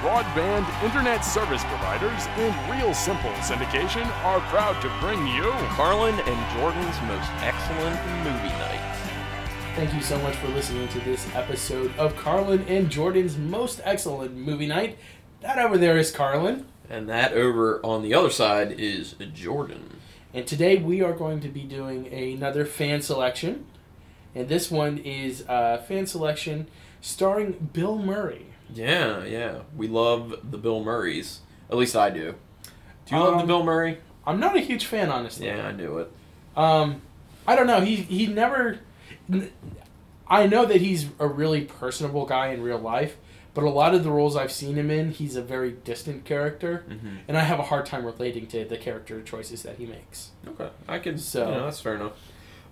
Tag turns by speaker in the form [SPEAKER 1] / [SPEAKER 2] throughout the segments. [SPEAKER 1] broadband internet service providers and Real Simple Syndication are proud to bring you
[SPEAKER 2] Carlin and Jordan's most excellent movie night.
[SPEAKER 3] Thank you so much for listening to this episode of Carlin and Jordan's most excellent movie night. That over there is Carlin,
[SPEAKER 2] And that over on the other side is Jordan.
[SPEAKER 3] and today we are going to be doing another fan selection. And this one is uh, fan selection starring Bill Murray.
[SPEAKER 2] Yeah, yeah. We love the Bill Murrays. At least I do. Do you love the
[SPEAKER 3] Um,
[SPEAKER 2] Bill Murray?
[SPEAKER 3] I'm not a huge fan, honestly.
[SPEAKER 2] Yeah, I knew it.
[SPEAKER 3] Um, I don't know. He he never. I know that he's a really personable guy in real life, but a lot of the roles I've seen him in, he's a very distant character,
[SPEAKER 2] Mhm.
[SPEAKER 3] and I have a hard time relating to the character choices that he makes.
[SPEAKER 2] Okay, I can.
[SPEAKER 3] So-
[SPEAKER 2] you know, that's fair enough.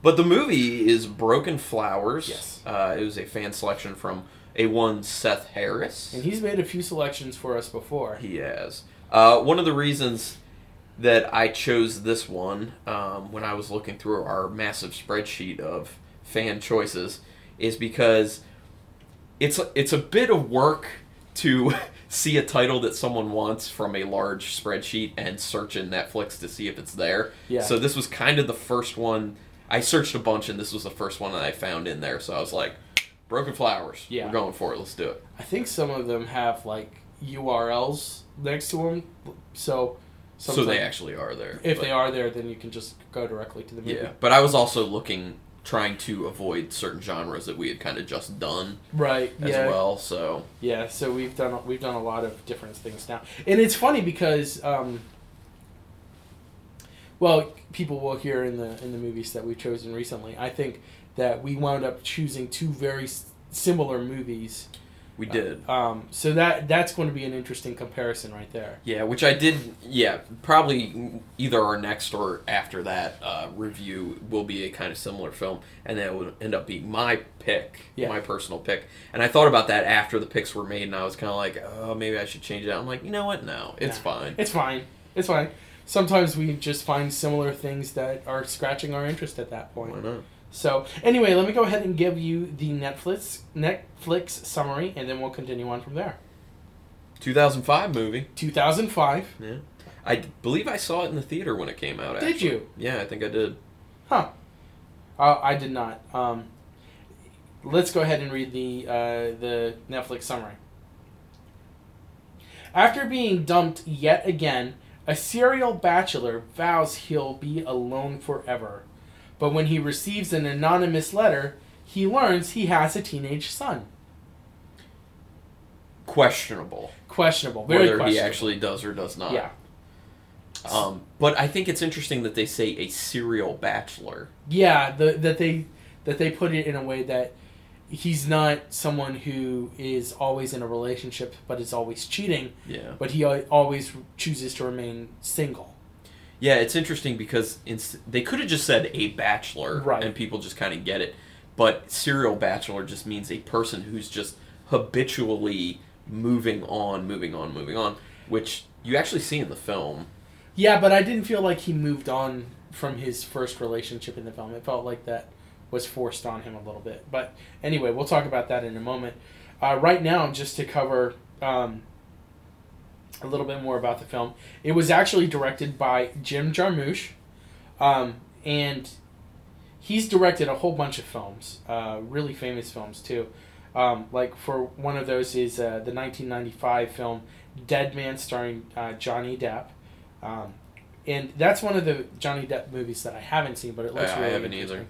[SPEAKER 2] But the movie is Broken Flowers.
[SPEAKER 3] Yes.
[SPEAKER 2] Uh, it was a fan selection from a one Seth Harris.
[SPEAKER 3] And he's made a few selections for us before.
[SPEAKER 2] He has. Uh, one of the reasons that I chose this one um, when I was looking through our massive spreadsheet of fan choices is because it's it's a bit of work to see a title that someone wants from a large spreadsheet and search in Netflix to see if it's there.
[SPEAKER 3] Yeah.
[SPEAKER 2] So this was kind of the first one. I searched a bunch and this was the first one that I found in there. So I was like, Broken Flowers.
[SPEAKER 3] Yeah.
[SPEAKER 2] We're going for it. Let's do it.
[SPEAKER 3] I think some of them have like URLs next to them, so
[SPEAKER 2] so they
[SPEAKER 3] sometime-
[SPEAKER 2] actually are there.
[SPEAKER 3] if
[SPEAKER 2] but-
[SPEAKER 3] they are there, then you can just go directly to the movie.
[SPEAKER 2] Yeah, but I was also looking, trying to avoid certain genres that we had kind of just done
[SPEAKER 3] Right.
[SPEAKER 2] as
[SPEAKER 3] yeah.
[SPEAKER 2] well. So
[SPEAKER 3] Yeah, so we've done we've done a lot of different things now, and it's funny because, um, well, people will hear in the in the movies that we've chosen recently. I think that we wound up choosing two very s- similar movies.
[SPEAKER 2] we did.
[SPEAKER 3] Um, so that that's going to be an interesting comparison right there.
[SPEAKER 2] Yeah, which I did. Yeah, probably either our next or after that uh, review will be a kind of similar film, and that would end up being my pick,
[SPEAKER 3] Yeah.
[SPEAKER 2] my personal pick. And I thought about that after the picks were made, and I was kind of like, oh, maybe I should change it. I'm like, you know what? No, it's
[SPEAKER 3] Nah.
[SPEAKER 2] fine.
[SPEAKER 3] It's fine. It's fine. Sometimes we just find similar things that are scratching our interest at that point.
[SPEAKER 2] Why not?
[SPEAKER 3] So anyway, let me go ahead and give you the Netflix Netflix summary, and then we'll continue on from there.
[SPEAKER 2] 2005 movie.
[SPEAKER 3] 2005.
[SPEAKER 2] Yeah, I d- believe I saw it in the theater when it came out.
[SPEAKER 3] Did
[SPEAKER 2] actually.
[SPEAKER 3] you?
[SPEAKER 2] Yeah, I think I did.
[SPEAKER 3] Huh. Uh, I did not. Um, let's go ahead and read the uh, the Netflix summary. After being dumped yet again, a serial bachelor vows he'll be alone forever. But when he receives an anonymous letter, he learns he has a teenage son.
[SPEAKER 2] Questionable.
[SPEAKER 3] Questionable. Very
[SPEAKER 2] whether he
[SPEAKER 3] questionable.
[SPEAKER 2] actually does or does not.
[SPEAKER 3] Yeah.
[SPEAKER 2] Um, but I think it's interesting that they say a serial bachelor.
[SPEAKER 3] Yeah, the, that they that they put it in a way that he's not someone who is always in a relationship but is always cheating,
[SPEAKER 2] Yeah.
[SPEAKER 3] but he al- always chooses to remain single.
[SPEAKER 2] Yeah, it's interesting because it's, they could have just said a bachelor,
[SPEAKER 3] Right.
[SPEAKER 2] and people just kind of get it. But serial bachelor just means a person who's just habitually moving on, moving on, moving on, which you actually see in the film.
[SPEAKER 3] Yeah, but I didn't feel like he moved on from his first relationship in the film. It felt like that was forced on him a little bit. But anyway, we'll talk about that in a moment. Uh, right now, just to cover um, a little bit more about the film, it was actually directed by Jim Jarmusch, um, and he's directed a whole bunch of films, uh, really famous films too. Um, like for one of those is uh, the 1995 film Dead Man, starring uh, Johnny Depp. Um, and that's one of the Johnny Depp movies that I haven't seen, but it looks
[SPEAKER 2] I- I
[SPEAKER 3] really
[SPEAKER 2] haven't
[SPEAKER 3] interesting.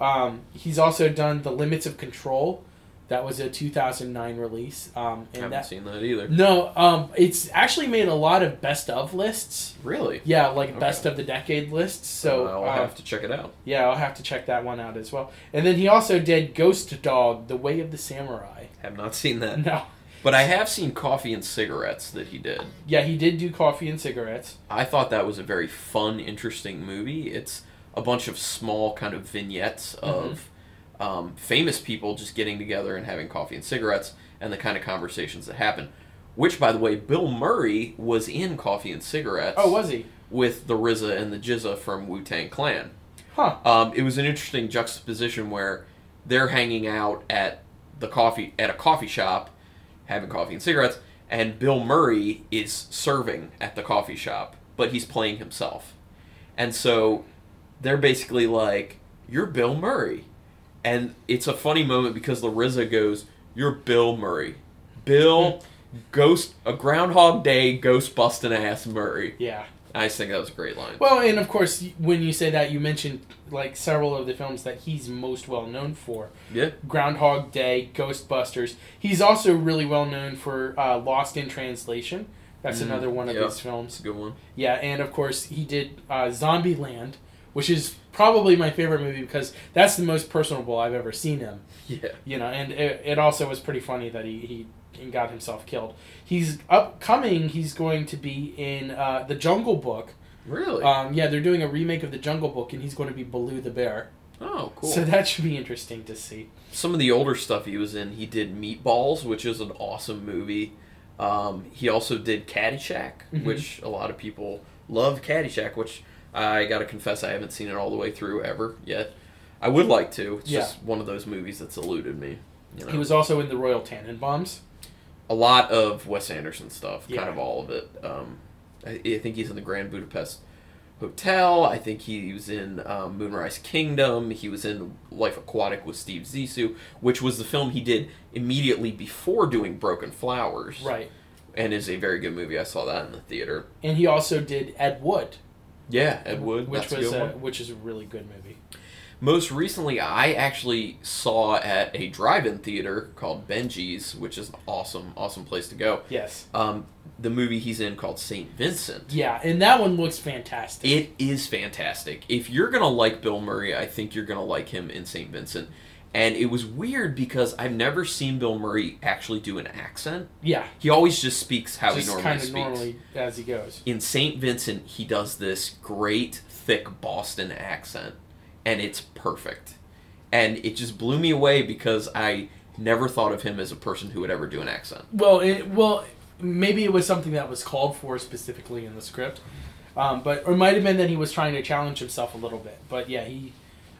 [SPEAKER 3] Um, he's also done The Limits of Control. That was a 2009 release. Um,
[SPEAKER 2] I haven't
[SPEAKER 3] and that,
[SPEAKER 2] seen that either.
[SPEAKER 3] no, um, it's actually made a lot of best of lists.
[SPEAKER 2] Really?
[SPEAKER 3] Yeah, like
[SPEAKER 2] Okay.
[SPEAKER 3] best of the decade lists. So
[SPEAKER 2] I'll
[SPEAKER 3] uh,
[SPEAKER 2] have to check it out.
[SPEAKER 3] yeah, I'll have to check that one out as well. And then he also did Ghost Dog: The Way of the Samurai.
[SPEAKER 2] Have not seen that.
[SPEAKER 3] No,
[SPEAKER 2] But I have seen Coffee and Cigarettes that he did.
[SPEAKER 3] yeah, he did do Coffee and Cigarettes.
[SPEAKER 2] I thought that was a very fun, interesting movie. It's a bunch of small kind of vignettes
[SPEAKER 3] Mm-hmm.
[SPEAKER 2] of um, famous people just getting together and having coffee and cigarettes and the kind of conversations that happen. Which, by the way, Bill Murray was in Coffee and Cigarettes
[SPEAKER 3] Oh, was he?
[SPEAKER 2] with the RZA and the Jizza from Wu Tang Clan.
[SPEAKER 3] Huh.
[SPEAKER 2] Um, it was an interesting juxtaposition where they're hanging out at the coffee at a coffee shop, having coffee and cigarettes, and Bill Murray is serving at the coffee shop, but he's playing himself. And so they're basically like, You're Bill Murray. And it's a funny moment because the RZA goes, You're Bill Murray. Bill ghost a groundhog day ghost busting ass Murray.
[SPEAKER 3] Yeah.
[SPEAKER 2] I just think that was a great line.
[SPEAKER 3] Well, and of course, when you say that, you mentioned like several of the films that he's most well known for:
[SPEAKER 2] yeah.
[SPEAKER 3] Groundhog Day, Ghostbusters. He's also really well known for uh, Lost in Translation. That's
[SPEAKER 2] Mm,
[SPEAKER 3] another one of
[SPEAKER 2] yeah.
[SPEAKER 3] his films.
[SPEAKER 2] It's a good one.
[SPEAKER 3] Yeah, and of course, he did uh, Zombieland, which is probably my favorite movie because that's the most personable I've ever seen him.
[SPEAKER 2] Yeah.
[SPEAKER 3] you know, and it, it also was pretty funny that he, he got himself killed. He's upcoming. He's going to be in uh, the Jungle Book.
[SPEAKER 2] Really?
[SPEAKER 3] Um, yeah, they're doing a remake of the Jungle Book, and he's going to be Baloo the bear.
[SPEAKER 2] oh, cool.
[SPEAKER 3] So that should be interesting to see.
[SPEAKER 2] some of the older stuff he was in, he did Meatballs, which is an awesome movie. Um, he also did Caddyshack,
[SPEAKER 3] Mhm.
[SPEAKER 2] which a lot of people love Caddyshack, which I gotta confess I haven't seen it all the way through ever yet. I would like to. It's
[SPEAKER 3] Yeah.
[SPEAKER 2] just one of those movies that's eluded me. You know?
[SPEAKER 3] He was also in the Royal Tannenbaums.
[SPEAKER 2] a lot of Wes Anderson stuff,
[SPEAKER 3] Yeah.
[SPEAKER 2] kind of all of it. Um, I, I think he's in the Grand Budapest Hotel. I think he was in um, Moonrise Kingdom. He was in Life Aquatic with Steve Zissou, which was the film he did immediately before doing Broken Flowers,
[SPEAKER 3] Right.
[SPEAKER 2] and is a very good movie. I saw that in the theater.
[SPEAKER 3] And he also did Ed Wood,
[SPEAKER 2] Yeah, Ed Wood.
[SPEAKER 3] which
[SPEAKER 2] that's a
[SPEAKER 3] was
[SPEAKER 2] good
[SPEAKER 3] a,
[SPEAKER 2] one.
[SPEAKER 3] which is a really good movie.
[SPEAKER 2] Most recently, I actually saw at a drive-in theater called Benji's, which is an awesome, awesome place to go.
[SPEAKER 3] Yes.
[SPEAKER 2] Um, the movie he's in called Saint Vincent.
[SPEAKER 3] Yeah, and that one looks fantastic.
[SPEAKER 2] It is fantastic. If you're gonna like Bill Murray, I think you're gonna like him in St. Vincent. And it was weird because I've never seen Bill Murray actually do an accent.
[SPEAKER 3] yeah.
[SPEAKER 2] He always just speaks how he
[SPEAKER 3] Just
[SPEAKER 2] normally
[SPEAKER 3] kind of
[SPEAKER 2] speaks.
[SPEAKER 3] normally as he goes.
[SPEAKER 2] In St. Vincent, he does this great thick Boston accent, and it's perfect. And it just blew me away because I never thought of him as a person who would ever do an accent.
[SPEAKER 3] Well, it, well, maybe it was something that was called for specifically in the script, um, but or it might have been that he was trying to challenge himself a little bit. But yeah, he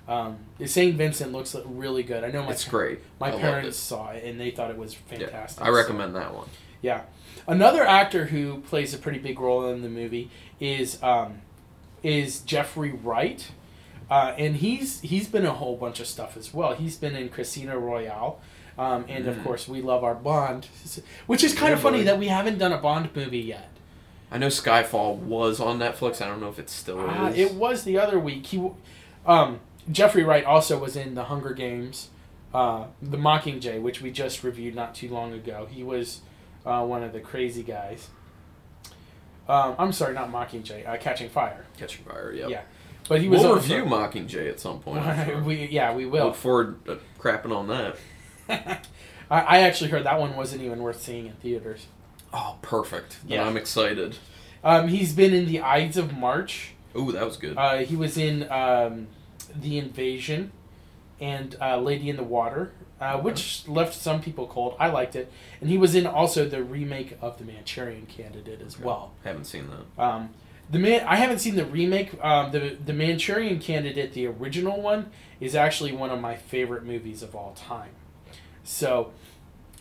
[SPEAKER 3] um, Saint Vincent looks li- really good. I know my
[SPEAKER 2] It's great.
[SPEAKER 3] my
[SPEAKER 2] I loved
[SPEAKER 3] parents
[SPEAKER 2] it.
[SPEAKER 3] saw it and they thought it was
[SPEAKER 2] Yeah,
[SPEAKER 3] fantastic.
[SPEAKER 2] I recommend that one.
[SPEAKER 3] So, yeah, another actor who plays a pretty big role in the movie is um, is Jeffrey Wright. Uh, and he's he's been in a whole bunch of stuff as well. He's been in Casino Royale, um, and of
[SPEAKER 2] Mm.
[SPEAKER 3] course we love our Bond, which is kind
[SPEAKER 2] Yeah,
[SPEAKER 3] of funny
[SPEAKER 2] buddy.
[SPEAKER 3] that we haven't done a Bond movie yet.
[SPEAKER 2] I know Skyfall was on Netflix. I don't know if it still is.
[SPEAKER 3] Ah, it was the other week. He, w- um, Jeffrey Wright also was in The Hunger Games, uh, The Mockingjay, which we just reviewed not too long ago. He was uh, one of the crazy guys. Um, I'm sorry, not Mockingjay, uh, Catching Fire.
[SPEAKER 2] Catching Fire. Yep.
[SPEAKER 3] Yeah, but he was
[SPEAKER 2] we'll
[SPEAKER 3] also-
[SPEAKER 2] review Mockingjay at some point. I'm sure.
[SPEAKER 3] we, yeah, we will.
[SPEAKER 2] Look forward to crapping on that.
[SPEAKER 3] I, I actually heard that one wasn't even worth seeing in theaters.
[SPEAKER 2] Oh, perfect. Then
[SPEAKER 3] Yeah.
[SPEAKER 2] I'm excited.
[SPEAKER 3] Um, he's been in the Ides of March.
[SPEAKER 2] Ooh, that was good.
[SPEAKER 3] Uh, he was in um, the Invasion and uh, Lady in the Water, uh, which left some people cold. I liked it, and he was in also the remake of the Manchurian Candidate as well.
[SPEAKER 2] Haven't seen that.
[SPEAKER 3] Um, the man, I haven't seen the remake. Um, the the Manchurian Candidate, the original one, is actually one of my favorite movies of all time. So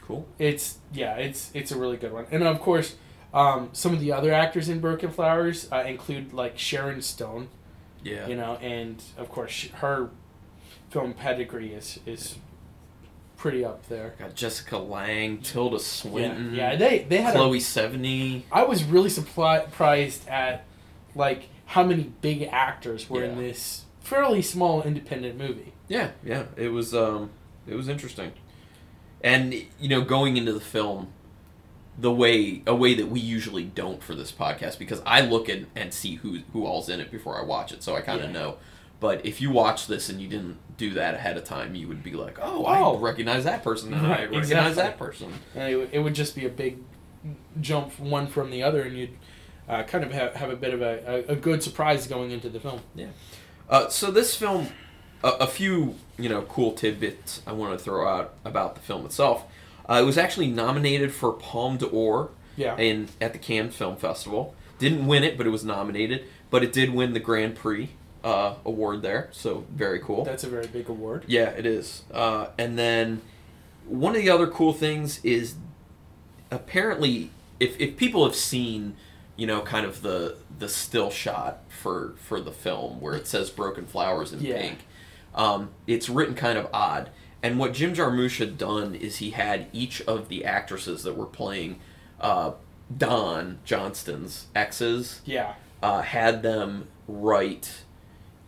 [SPEAKER 2] Cool.
[SPEAKER 3] it's yeah, it's it's a really good one. And of course, um, some of the other actors in Broken Flowers uh, include like Sharon Stone,
[SPEAKER 2] Yeah.
[SPEAKER 3] you know, and of course sh- her film pedigree is is pretty up there.
[SPEAKER 2] Got Jessica Lang, Tilda Swinton,
[SPEAKER 3] Yeah, yeah, they they had. a-
[SPEAKER 2] Mm-hmm. Chloe Seventy.
[SPEAKER 3] I was really supply- surprised at like how many big actors were in
[SPEAKER 2] Yeah.
[SPEAKER 3] this fairly small independent movie.
[SPEAKER 2] Yeah, yeah. It was um, it was interesting, and you know, going into the film, the way a way that we usually don't for this podcast because I look at and see who who all's in it before I watch it, so I kind of
[SPEAKER 3] Yeah.
[SPEAKER 2] know. But if you watch this and you didn't do that ahead of time, you would be like, "Oh,
[SPEAKER 3] Oh.
[SPEAKER 2] I recognize that person, and I
[SPEAKER 3] Right,
[SPEAKER 2] recognize
[SPEAKER 3] exactly.
[SPEAKER 2] that person."
[SPEAKER 3] And it, it would just be a big jump from one from the other, and you'd uh, kind of have, have a bit of a, a, a good surprise going into the film.
[SPEAKER 2] Uh, so this film, a, a few you know cool tidbits I want to throw out about the film itself. Uh, it was actually nominated for Palme d'Or
[SPEAKER 3] Yeah.
[SPEAKER 2] in at the Cannes Film Festival. Didn't win it, but it was nominated. But it did win the Grand Prix uh, award there, so very cool.
[SPEAKER 3] That's a very big award.
[SPEAKER 2] yeah, it is. Uh, and then one of the other cool things is apparently if if people have seen you know kind of the the still shot for for the film where it says broken flowers in
[SPEAKER 3] Yeah.
[SPEAKER 2] pink um, it's written kind of odd and what jim jarmusch had done is he had each of the actresses that were playing uh, don johnston's exes
[SPEAKER 3] Yeah.
[SPEAKER 2] uh, had them write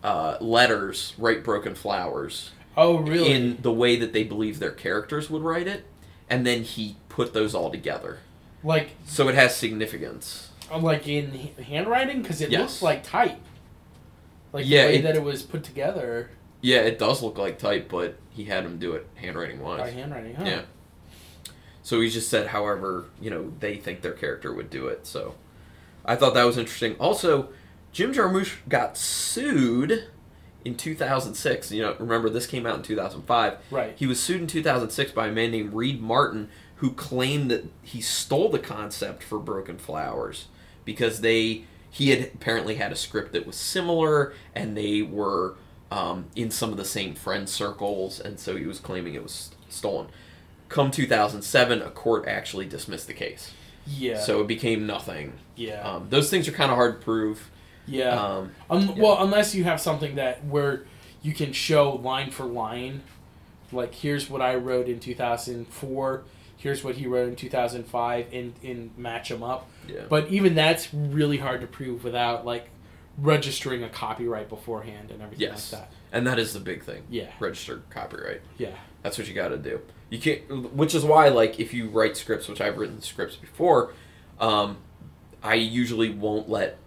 [SPEAKER 2] uh, letters write broken flowers
[SPEAKER 3] Oh, really?
[SPEAKER 2] in the way that they believe their characters would write it and then he put those all together
[SPEAKER 3] like,
[SPEAKER 2] so it has significance
[SPEAKER 3] uh, like in h- handwriting because it
[SPEAKER 2] Yes.
[SPEAKER 3] looks like type. Like
[SPEAKER 2] Yeah,
[SPEAKER 3] the way
[SPEAKER 2] it-
[SPEAKER 3] that it was put together
[SPEAKER 2] yeah it does look like type but he had him do it handwriting
[SPEAKER 3] by
[SPEAKER 2] wise
[SPEAKER 3] handwriting. Huh?
[SPEAKER 2] yeah so he just said however you know they think their character would do it so i thought that was interesting also jim jarmusch got sued in 2006 you know remember this came out in 2005
[SPEAKER 3] Right.
[SPEAKER 2] He was sued in 2006 by a man named Reed Martin who claimed that he stole the concept for Broken Flowers because they he had apparently had a script that was similar and they were um, in some of the same friend circles and so he was claiming it was stolen. Come 2007, a court actually dismissed the case,
[SPEAKER 3] Yeah.
[SPEAKER 2] so it became nothing.
[SPEAKER 3] yeah.
[SPEAKER 2] Um, those things are kind of hard to prove.
[SPEAKER 3] yeah.
[SPEAKER 2] Um,
[SPEAKER 3] Um,
[SPEAKER 2] Yeah.
[SPEAKER 3] Well, unless you have something that where you can show line for line, like here's what I wrote in 2004, here's what he wrote in 2005, and, and match them up.
[SPEAKER 2] yeah.
[SPEAKER 3] But even that's really hard to prove without like registering a copyright beforehand and everything
[SPEAKER 2] Yes.
[SPEAKER 3] like that.
[SPEAKER 2] and that is the big thing.
[SPEAKER 3] Yeah.
[SPEAKER 2] Registered copyright.
[SPEAKER 3] Yeah.
[SPEAKER 2] That's what you got to do. You can't, which is why, like, if you write scripts, which I've written scripts before, um, I usually won't let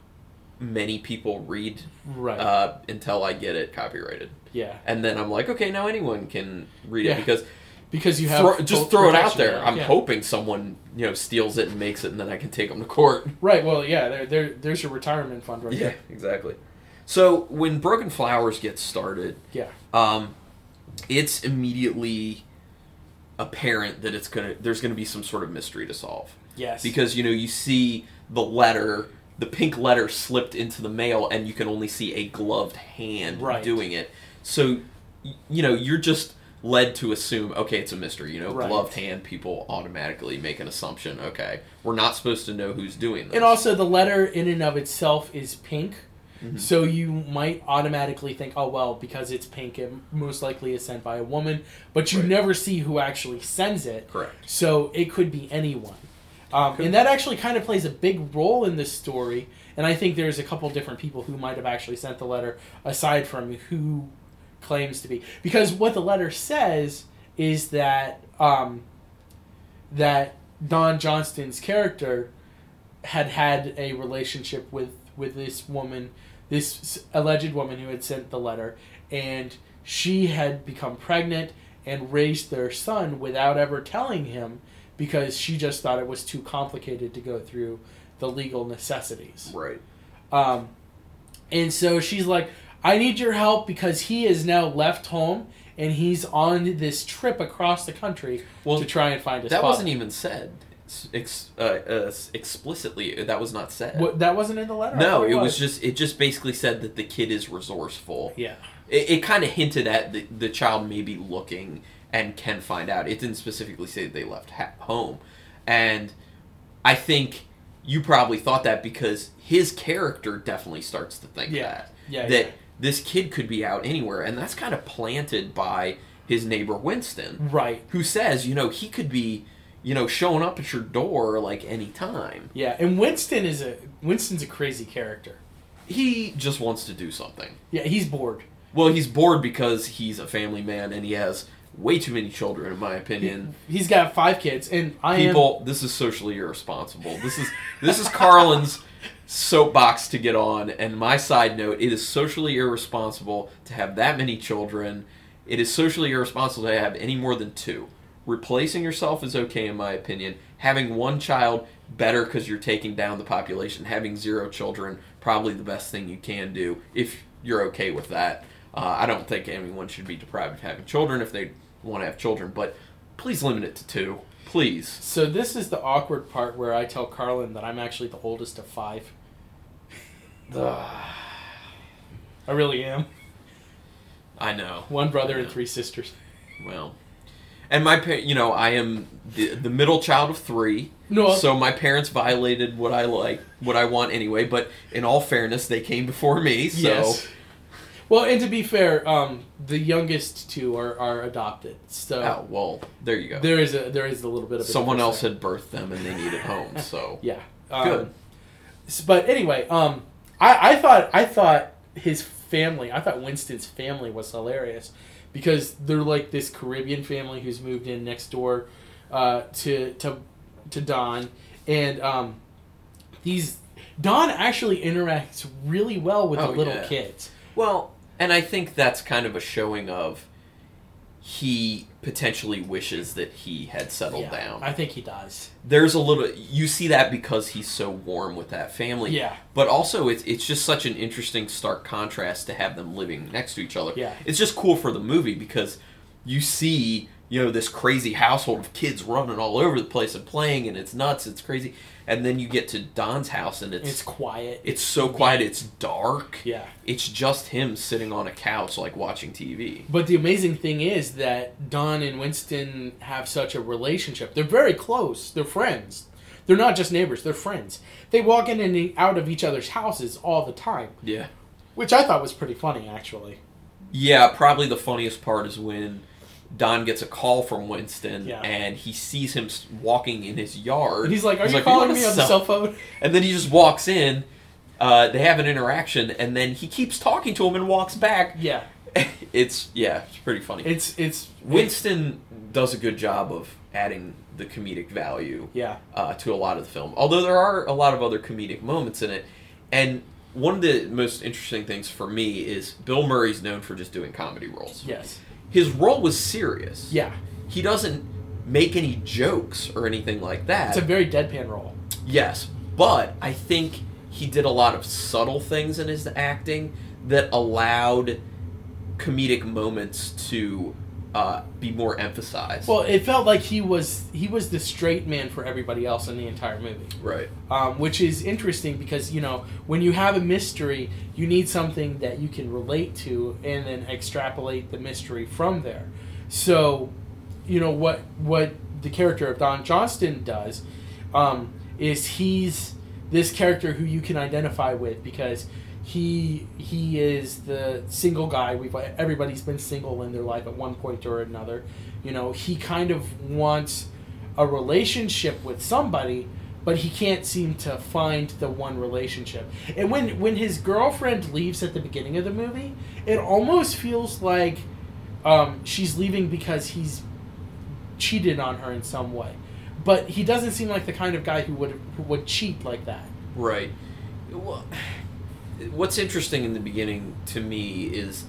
[SPEAKER 2] many people read
[SPEAKER 3] Right.
[SPEAKER 2] uh, until I get it copyrighted,
[SPEAKER 3] yeah.
[SPEAKER 2] and then I'm like, okay, now anyone can read
[SPEAKER 3] Yeah.
[SPEAKER 2] it because
[SPEAKER 3] Because you have
[SPEAKER 2] throw, just
[SPEAKER 3] full
[SPEAKER 2] throw it out
[SPEAKER 3] protection
[SPEAKER 2] there.
[SPEAKER 3] now.
[SPEAKER 2] I'm
[SPEAKER 3] Yeah.
[SPEAKER 2] hoping someone you know steals it and makes it, and then I can take them to court.
[SPEAKER 3] Right. Well, yeah. There, there, there's your retirement fund right there.
[SPEAKER 2] exactly. So when Broken Flowers gets started,
[SPEAKER 3] Yeah.
[SPEAKER 2] um, it's immediately apparent that it's gonna there's gonna be some sort of mystery to solve
[SPEAKER 3] Yes.
[SPEAKER 2] because you know you see the letter the pink letter slipped into the mail and you can only see a gloved hand
[SPEAKER 3] Right.
[SPEAKER 2] doing it so y- you know you're just led to assume okay it's a mystery you know
[SPEAKER 3] Right.
[SPEAKER 2] gloved hand people automatically make an assumption okay we're not supposed to know who's doing this
[SPEAKER 3] And also, the letter in and of itself is pink,
[SPEAKER 2] Mm-hmm.
[SPEAKER 3] so you might automatically think, "Oh well, because it's pink, it most likely is sent by a woman." But you
[SPEAKER 2] Right.
[SPEAKER 3] never see who actually sends it,
[SPEAKER 2] correct
[SPEAKER 3] so it could be anyone. Um,
[SPEAKER 2] Could-
[SPEAKER 3] and that actually kind of plays a big role in this story. And I think there's a couple different people who might have actually sent the letter, aside from who claims to be, because what the letter says is that um, that Don Johnston's character had had a relationship with with this woman, this s- alleged woman who had sent the letter, and she had become pregnant and raised their son without ever telling him because she just thought it was too complicated to go through the legal necessities.
[SPEAKER 2] right
[SPEAKER 3] Um, and so she's like, I need your help because he is now left home and he's on this trip across the country
[SPEAKER 2] Well,
[SPEAKER 3] to try and find his
[SPEAKER 2] that
[SPEAKER 3] father.
[SPEAKER 2] wasn't even said s- ex- uh, uh, s- explicitly uh, that was not said
[SPEAKER 3] What, that wasn't in the letter? I
[SPEAKER 2] no
[SPEAKER 3] thought
[SPEAKER 2] it was just it just basically said that the kid is resourceful
[SPEAKER 3] Yeah.
[SPEAKER 2] it, it kind of hinted at the, the child may be looking and can find out. It didn't specifically say that they left ha- home. And I think you probably thought that because his character definitely starts to think
[SPEAKER 3] Yeah.
[SPEAKER 2] that.
[SPEAKER 3] Yeah,
[SPEAKER 2] that
[SPEAKER 3] yeah.
[SPEAKER 2] this kid could be out anywhere. And that's kind of planted by his neighbor Winston,
[SPEAKER 3] Right.
[SPEAKER 2] who says, you know, he could be, you know, showing up at your door like any time.
[SPEAKER 3] Yeah, and Winston is a Winston's a crazy character.
[SPEAKER 2] He just wants to do something.
[SPEAKER 3] Yeah, he's bored.
[SPEAKER 2] Well, he's bored because he's a family man and he has way too many children, in my opinion.
[SPEAKER 3] He's got five kids, and I
[SPEAKER 2] People, this is socially irresponsible. This is this is Carlin's soapbox to get on. And my side note: it is socially irresponsible to have that many children. It is socially irresponsible to have any more than two. Replacing yourself is okay, in my opinion. Having one child better because you're taking down the population. Having zero children probably the best thing you can do if you're okay with that. Uh, I don't think anyone should be deprived of having children if they want to have children, but please limit it to two, please.
[SPEAKER 3] am. So this is the awkward part where I tell Carlin that I'm actually the oldest of five. I really am.
[SPEAKER 2] I know.
[SPEAKER 3] One brother and three sisters.
[SPEAKER 2] Well, And my pa- you know, I am the, the middle child of three.
[SPEAKER 3] No.
[SPEAKER 2] So my parents violated what I like, what I want anyway. But in all fairness, they came before me. So
[SPEAKER 3] Yes. Well, and to be fair, um, the youngest two are, are adopted,
[SPEAKER 2] Oh,
[SPEAKER 3] so
[SPEAKER 2] well, there you go.
[SPEAKER 3] there is a there is a little bit of a
[SPEAKER 2] Someone else
[SPEAKER 3] difference
[SPEAKER 2] had birthed them and they needed homes. So
[SPEAKER 3] there. yeah um,
[SPEAKER 2] Good.
[SPEAKER 3] s- But anyway, um, I, I thought I thought his family, I thought Winston's family was hilarious because they're like this Caribbean family who's moved in next door uh, to to to Don, and um, these Don actually interacts really well with
[SPEAKER 2] Oh,
[SPEAKER 3] the little
[SPEAKER 2] yeah.
[SPEAKER 3] kids.
[SPEAKER 2] Well, and I think that's kind of a showing of he potentially wishes that he had settled
[SPEAKER 3] Yeah,
[SPEAKER 2] down.
[SPEAKER 3] I think he does.
[SPEAKER 2] There's a little you see that because he's so warm with that family.
[SPEAKER 3] Yeah.
[SPEAKER 2] But also it's it's just such an interesting stark contrast to have them living next to each other.
[SPEAKER 3] Yeah.
[SPEAKER 2] It's just cool for the movie because you see, you know, this crazy household of kids running all over the place and playing and it's nuts, it's crazy. And then you get to Don's house and
[SPEAKER 3] It's
[SPEAKER 2] it's
[SPEAKER 3] quiet.
[SPEAKER 2] it's so quiet, it's dark.
[SPEAKER 3] Yeah.
[SPEAKER 2] It's just him sitting on a couch, like watching TV.
[SPEAKER 3] But the amazing thing is that Don and Winston have such a relationship. They're very close. They're friends. They're not just neighbors. They're friends. They walk in and e- out of each other's houses all the time,
[SPEAKER 2] Yeah.
[SPEAKER 3] which I thought was pretty funny, actually.
[SPEAKER 2] Yeah, probably the funniest part is when Don gets a call from Winston
[SPEAKER 3] Yeah.
[SPEAKER 2] and he sees him s- walking in his yard.
[SPEAKER 3] And he's like, "Are
[SPEAKER 2] He's
[SPEAKER 3] you
[SPEAKER 2] "You're
[SPEAKER 3] calling
[SPEAKER 2] on
[SPEAKER 3] me
[SPEAKER 2] a
[SPEAKER 3] on the cell phone?"
[SPEAKER 2] And then he just walks in. Uh, they have an interaction, and then he keeps talking to him and walks back.
[SPEAKER 3] Yeah,
[SPEAKER 2] It's yeah, it's pretty funny.
[SPEAKER 3] it's it's
[SPEAKER 2] Winston does a good job of adding the comedic value.
[SPEAKER 3] Yeah,
[SPEAKER 2] uh, to a lot of the film. Although there are a lot of other comedic moments in it, and one of the most interesting things for me is Bill Murray's known for just doing comedy roles.
[SPEAKER 3] yes,
[SPEAKER 2] His role was serious.
[SPEAKER 3] yeah.
[SPEAKER 2] He doesn't make any jokes or anything like that.
[SPEAKER 3] It's a very deadpan role.
[SPEAKER 2] yes, but I think he did a lot of subtle things in his acting that allowed comedic moments to uh, be more emphasized.
[SPEAKER 3] Well, it felt like he was he was the straight man for everybody else in the entire movie.
[SPEAKER 2] right.
[SPEAKER 3] um, which is interesting because you know when you have a mystery you need something that you can relate to and then extrapolate the mystery from there so you know what what the character of don johnston does um, is he's this character who you can identify with because he he is the single guy we've everybody's been single in their life at one point or another you know he kind of wants a relationship with somebody but he can't seem to find the one relationship and when when his girlfriend leaves at the beginning of the movie it almost feels like um, she's leaving because he's cheated on her in some way but he doesn't seem like the kind of guy who would who would cheat like that
[SPEAKER 2] Right. Well, what's interesting in the beginning to me is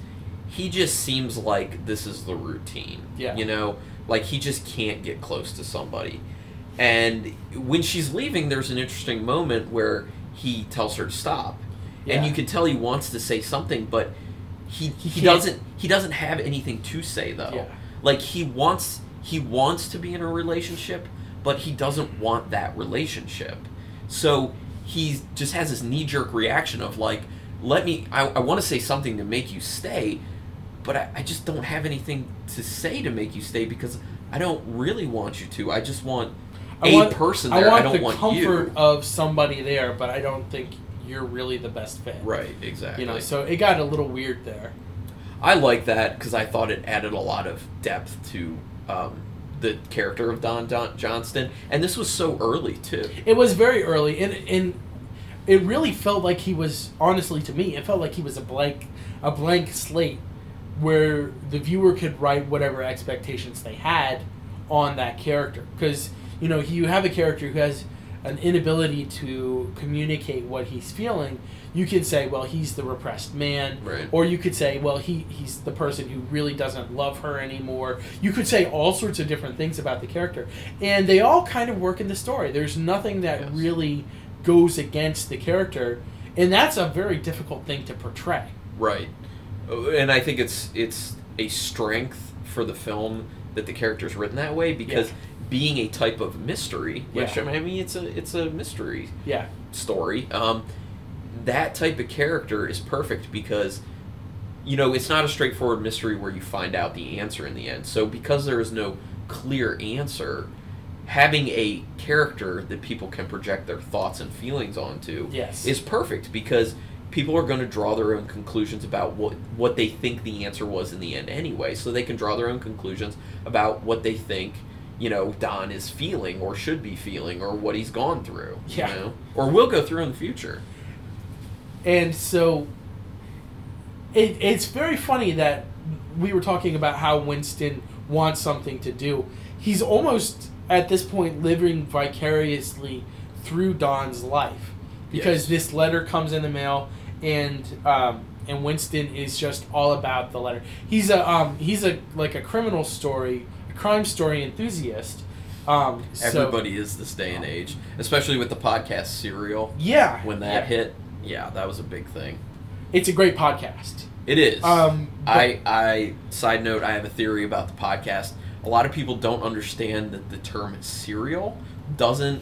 [SPEAKER 2] he just seems like this is the routine.
[SPEAKER 3] Yeah.
[SPEAKER 2] You know, like he just can't get close to somebody. And when she's leaving, there's an interesting moment where he tells her to stop. And
[SPEAKER 3] Yeah.
[SPEAKER 2] you can tell he wants to say something, but he, he,
[SPEAKER 3] can't.
[SPEAKER 2] doesn't he doesn't have anything to say though.
[SPEAKER 3] Yeah.
[SPEAKER 2] Like he wants he wants to be in a relationship, but he doesn't want that relationship. So he just has this knee jerk reaction of like, let me I, I want to say something to make you stay, but I, I just don't have anything to say to make you stay because I don't really want you to. I just want
[SPEAKER 3] I
[SPEAKER 2] a
[SPEAKER 3] want-
[SPEAKER 2] person
[SPEAKER 3] I
[SPEAKER 2] there.
[SPEAKER 3] want
[SPEAKER 2] I don't
[SPEAKER 3] the
[SPEAKER 2] want
[SPEAKER 3] comfort
[SPEAKER 2] you.
[SPEAKER 3] of somebody there but I don't think you're really the best fit
[SPEAKER 2] Right, exactly.
[SPEAKER 3] you know so it got a little weird there
[SPEAKER 2] I like that because I thought it added a lot of depth to um, the character of Don, Don Johnston, and this was so early too.
[SPEAKER 3] It was very early, and and it really felt like he was. Honestly, to me, it felt like he was a blank a blank slate where the viewer could write whatever expectations they had on that character. Because you know, you have a character who has an inability to communicate what he's feeling. You can say, well, he's the repressed man,
[SPEAKER 2] Right.
[SPEAKER 3] or you could say, well, he he's the person who really doesn't love her anymore. You could say all sorts of different things about the character, and they all kind of work in the story. There's nothing that
[SPEAKER 2] Yes.
[SPEAKER 3] really goes against the character, and that's a very difficult thing to portray.
[SPEAKER 2] Right, Uh, and I think it's it's a strength for the film that the character's written that way because
[SPEAKER 3] Yeah.
[SPEAKER 2] being a type of mystery, which
[SPEAKER 3] Yeah.
[SPEAKER 2] I mean, it's a it's a mystery
[SPEAKER 3] Yeah,
[SPEAKER 2] story. Um, that type of character is perfect because, you know, it's not a straightforward mystery where you find out the answer in the end. So because there is no clear answer, having a character that people can project their thoughts and feelings onto
[SPEAKER 3] Yes.
[SPEAKER 2] is perfect because people are going to draw their own conclusions about what what they think the answer was in the end anyway so they can draw their own conclusions about what they think you know don is feeling or should be feeling or what he's gone through
[SPEAKER 3] Yeah.
[SPEAKER 2] you know or will go through in the future
[SPEAKER 3] And so it, it's very funny that we were talking about how Winston wants something to do. He's almost at this point living vicariously through Don's life
[SPEAKER 2] Yes.
[SPEAKER 3] because this letter comes in the mail and um, and Winston is just all about the letter. He's a um, he's a like a criminal story, a crime story enthusiast. Um, so-
[SPEAKER 2] everybody is this day and age especially with the podcast serial
[SPEAKER 3] yeah,
[SPEAKER 2] when that
[SPEAKER 3] yeah.
[SPEAKER 2] hit yeah that was a big thing
[SPEAKER 3] it's a great podcast.
[SPEAKER 2] It is.
[SPEAKER 3] Um, but-
[SPEAKER 2] I I side note. I have a theory about the podcast. A lot of people don't understand that the term serial doesn't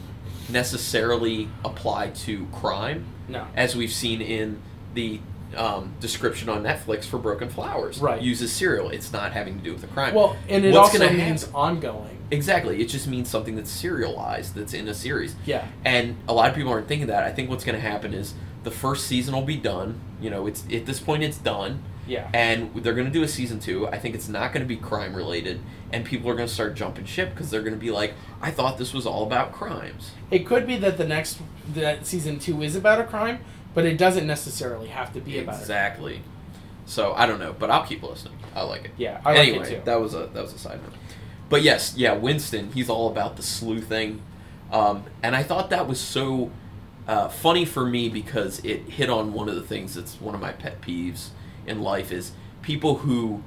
[SPEAKER 2] necessarily apply to crime,
[SPEAKER 3] No,
[SPEAKER 2] as we've seen in the um, description on Netflix for Broken Flowers.
[SPEAKER 3] Right.
[SPEAKER 2] Uses serial. It's not having to do with the crime.
[SPEAKER 3] Well, and it
[SPEAKER 2] What's
[SPEAKER 3] also
[SPEAKER 2] gonna
[SPEAKER 3] means
[SPEAKER 2] happen-
[SPEAKER 3] ongoing.
[SPEAKER 2] exactly. It just means something that's serialized. That's in a series.
[SPEAKER 3] Yeah.
[SPEAKER 2] And a lot of people aren't thinking that. I think what's going to happen is the first season will be done. You know, it's at this point it's done,
[SPEAKER 3] Yeah.
[SPEAKER 2] and they're going to do a season two. I think it's not going to be crime related, and people are going to start jumping ship because they're going to be like, "I thought this was all about crimes."
[SPEAKER 3] It could be that the next that season two is about a crime, but it doesn't necessarily have to be about it.
[SPEAKER 2] exactly. So I don't know, but I'll keep listening. I like it.
[SPEAKER 3] Yeah, I
[SPEAKER 2] anyway,
[SPEAKER 3] like it too.
[SPEAKER 2] that was a that was a side note. But yes, yeah, Winston, he's all about the sleuthing, um, and I thought that was so uh, funny for me because it hit on one of the things that's one of my pet peeves in life is people who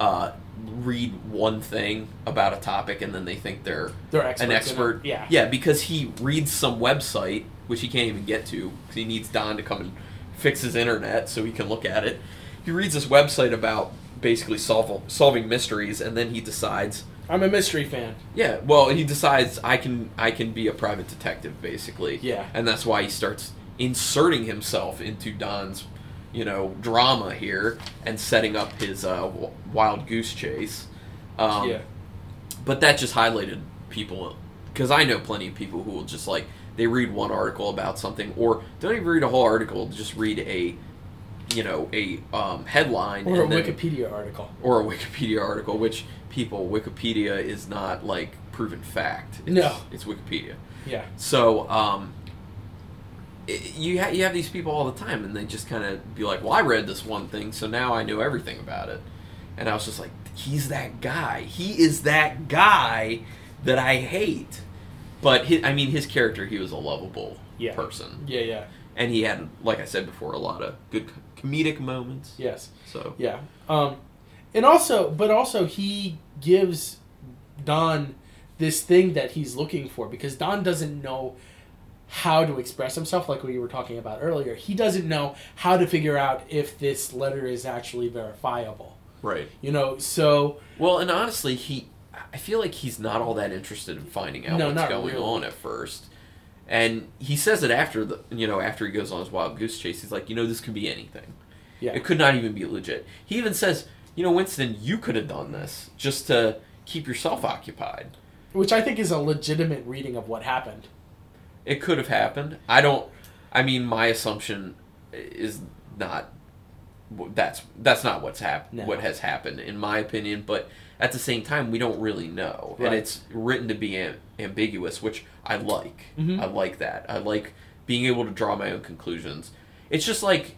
[SPEAKER 2] uh, read one thing about a topic and then they think they're
[SPEAKER 3] They're experts
[SPEAKER 2] an
[SPEAKER 3] in it.
[SPEAKER 2] expert.
[SPEAKER 3] Yeah.
[SPEAKER 2] yeah, because he reads some website which he can't even get to because he needs Don to come and fix his internet so he can look at it. He reads this website about basically solve, solving mysteries, and then he decides,
[SPEAKER 3] I'm a mystery fan.
[SPEAKER 2] yeah, well, he decides I can I can be a private detective basically.
[SPEAKER 3] Yeah.
[SPEAKER 2] and that's why he starts inserting himself into Don's, you know, drama here and setting up his uh, w- wild goose chase. Um,
[SPEAKER 3] yeah.
[SPEAKER 2] but that just highlighted people because I know plenty of people who will just like they read one article about something or don't even read a whole article, just read a you know a um, headline
[SPEAKER 3] Or a
[SPEAKER 2] and then-
[SPEAKER 3] Wikipedia article.
[SPEAKER 2] or a Wikipedia article, which people Wikipedia is not like proven fact. It's,
[SPEAKER 3] No.
[SPEAKER 2] it's Wikipedia.
[SPEAKER 3] Yeah.
[SPEAKER 2] So um, it, you ha- you have these people all the time, and they just kind of be like, "Well, I read this one thing, so now I know everything about it." And I was just like, "He's that guy. He is that guy that I hate." But hi I mean, his character, he was a lovable
[SPEAKER 3] Yeah.
[SPEAKER 2] person,
[SPEAKER 3] Yeah. Yeah.
[SPEAKER 2] and he had, like I said before, a lot of good comedic moments.
[SPEAKER 3] Yes.
[SPEAKER 2] So
[SPEAKER 3] Yeah. Um, and also, but also, he gives Don this thing that he's looking for because Don doesn't know how to express himself, like we were talking about earlier. He doesn't know how to figure out if this letter is actually verifiable.
[SPEAKER 2] right.
[SPEAKER 3] You know, so
[SPEAKER 2] Well, and honestly, he I feel like he's not all that interested in finding out
[SPEAKER 3] No,
[SPEAKER 2] what's
[SPEAKER 3] not
[SPEAKER 2] going
[SPEAKER 3] really.
[SPEAKER 2] on at first. And he says it after the you know, after he goes on his wild goose chase, he's like, you know, this could be anything.
[SPEAKER 3] yeah,
[SPEAKER 2] It could not even be legit. He even says, you know, Winston, you could have done this just to keep yourself occupied.
[SPEAKER 3] which I think is a legitimate reading of what happened.
[SPEAKER 2] It could have happened. I don't I mean, my assumption is not that's that's not what's happened
[SPEAKER 3] No.
[SPEAKER 2] what has happened in my opinion but at the same time we don't really know
[SPEAKER 3] Right.
[SPEAKER 2] and it's written to be am- ambiguous which i like
[SPEAKER 3] Mhm.
[SPEAKER 2] i like that i like being able to draw my own conclusions it's just like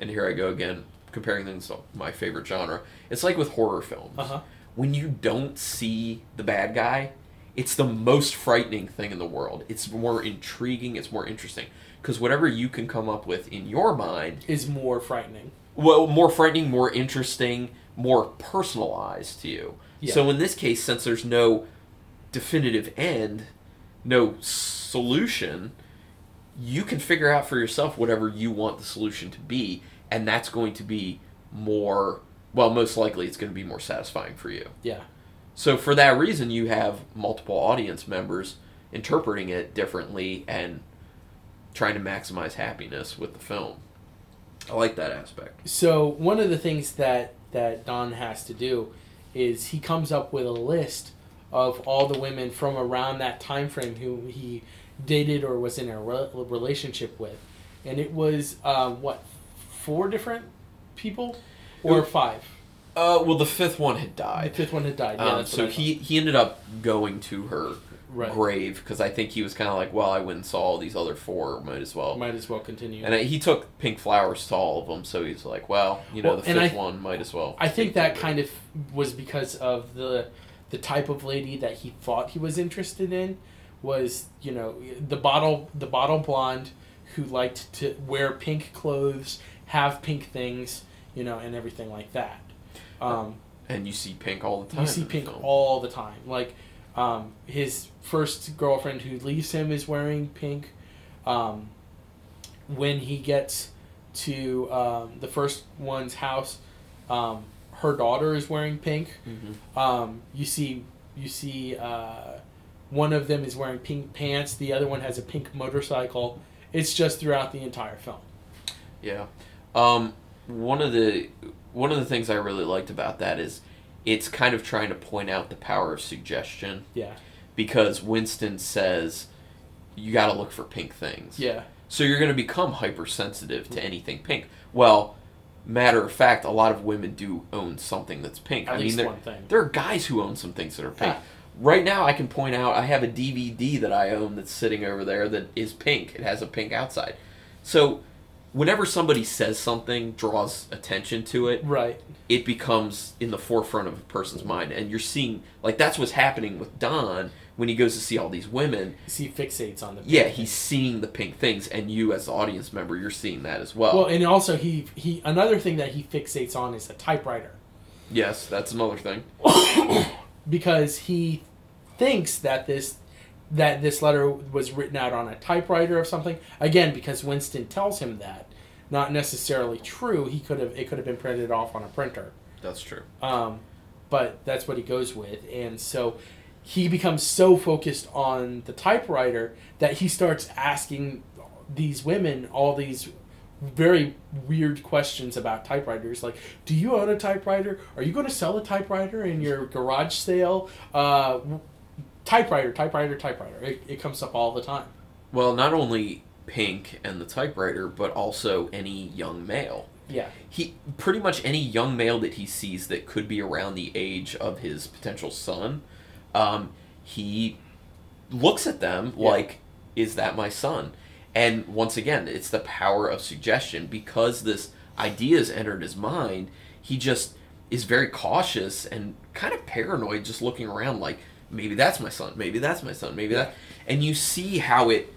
[SPEAKER 2] and here i go again comparing things to my favorite genre it's like with horror films
[SPEAKER 3] Uh-huh.
[SPEAKER 2] when you don't see the bad guy it's the most frightening thing in the world it's more intriguing it's more interesting because whatever you can come up with in your mind
[SPEAKER 3] Is more frightening.
[SPEAKER 2] well more frightening more interesting more personalized to you
[SPEAKER 3] Yeah.
[SPEAKER 2] so in this case since there's no definitive end no solution you can figure out for yourself whatever you want the solution to be and that's going to be more well most likely it's going to be more satisfying for you
[SPEAKER 3] Yeah,
[SPEAKER 2] so for that reason you have multiple audience members interpreting it differently and trying to maximize happiness with the film i like that aspect
[SPEAKER 3] so one of the things that that don has to do is he comes up with a list of all the women from around that time frame who he dated or was in a re- relationship with, and it was uh, what four different people or
[SPEAKER 2] It-
[SPEAKER 3] five.
[SPEAKER 2] Uh, well, the fifth one had
[SPEAKER 3] The
[SPEAKER 2] died.
[SPEAKER 3] fifth one had died. Yeah,
[SPEAKER 2] Um,
[SPEAKER 3] that's what
[SPEAKER 2] so
[SPEAKER 3] I
[SPEAKER 2] he, he ended up going to her
[SPEAKER 3] thought. right.
[SPEAKER 2] grave because I think he was kind of like, well, I went and saw all these other four, might as well.
[SPEAKER 3] Might as well continue.
[SPEAKER 2] And I, he took pink flowers to all of them, so he's like, well, you know,
[SPEAKER 3] Well,
[SPEAKER 2] the
[SPEAKER 3] and
[SPEAKER 2] fifth
[SPEAKER 3] I-
[SPEAKER 2] one might as well.
[SPEAKER 3] I think that kind of was because of the the type of lady that he thought he was interested in was you know the bottle the bottle blonde who liked to wear pink clothes, have pink things, you know, and everything like that. Um,
[SPEAKER 2] And you see pink all the time.
[SPEAKER 3] you see
[SPEAKER 2] in the
[SPEAKER 3] pink
[SPEAKER 2] film.
[SPEAKER 3] all the time. Like um, his first girlfriend who leaves him is wearing pink. Um, when he gets to um, the first one's house, um, her daughter is wearing pink.
[SPEAKER 2] Mhm.
[SPEAKER 3] Um, you see, you see, uh, one of them is wearing pink pants. The other one has a pink motorcycle. It's just throughout the entire film.
[SPEAKER 2] Yeah. Um, one of the one of the things I really liked about that is it's kind of trying to point out the power of suggestion
[SPEAKER 3] Yeah,
[SPEAKER 2] because Winston says you got to look for pink things.
[SPEAKER 3] yeah,
[SPEAKER 2] So you're going to become hypersensitive to anything pink. Well, matter of fact, a lot of women do own something that's pink.
[SPEAKER 3] At
[SPEAKER 2] I mean,
[SPEAKER 3] least
[SPEAKER 2] there,
[SPEAKER 3] one thing. Ah.
[SPEAKER 2] there are guys who own some things that are pink.
[SPEAKER 3] Yeah.
[SPEAKER 2] Right now, I can point out I have a DVD that I own that's sitting over there that is pink. It has a pink outside. So whenever somebody says something, draws attention to it,
[SPEAKER 3] right.
[SPEAKER 2] it becomes in the forefront of a person's mind. And you're seeing, like, that's what's happening with Don when he goes to see all these women.
[SPEAKER 3] See, fixates on the pink
[SPEAKER 2] Yeah,
[SPEAKER 3] thing.
[SPEAKER 2] he's seeing the pink things, and you as the audience member, you're seeing that as well.
[SPEAKER 3] Well, and also he he another thing that he fixates on is a typewriter
[SPEAKER 2] yes, that's another thing.
[SPEAKER 3] because he thinks that this that this letter was written out on a typewriter or something. Again, because Winston tells him that, not necessarily true. He could have it could have been printed off on a printer.
[SPEAKER 2] That's true.
[SPEAKER 3] Um, but that's what he goes with, and so he becomes so focused on the typewriter that he starts asking these women all these very weird questions about typewriters like do you own a typewriter are you going to sell a typewriter in your garage sale uh, w- typewriter typewriter typewriter it, it comes up all the time
[SPEAKER 2] Well, not only pink and the typewriter, but also any young male.
[SPEAKER 3] yeah
[SPEAKER 2] He pretty much any young male that he sees that could be around the age of his potential son, um, he looks at them
[SPEAKER 3] Yeah.
[SPEAKER 2] like, "Is that my son?" And once again, it's the power of suggestion because this idea has entered his mind. He just is very cautious and kind of paranoid, just looking around like, "Maybe that's my son. Maybe that's my son. Maybe that." And you see how it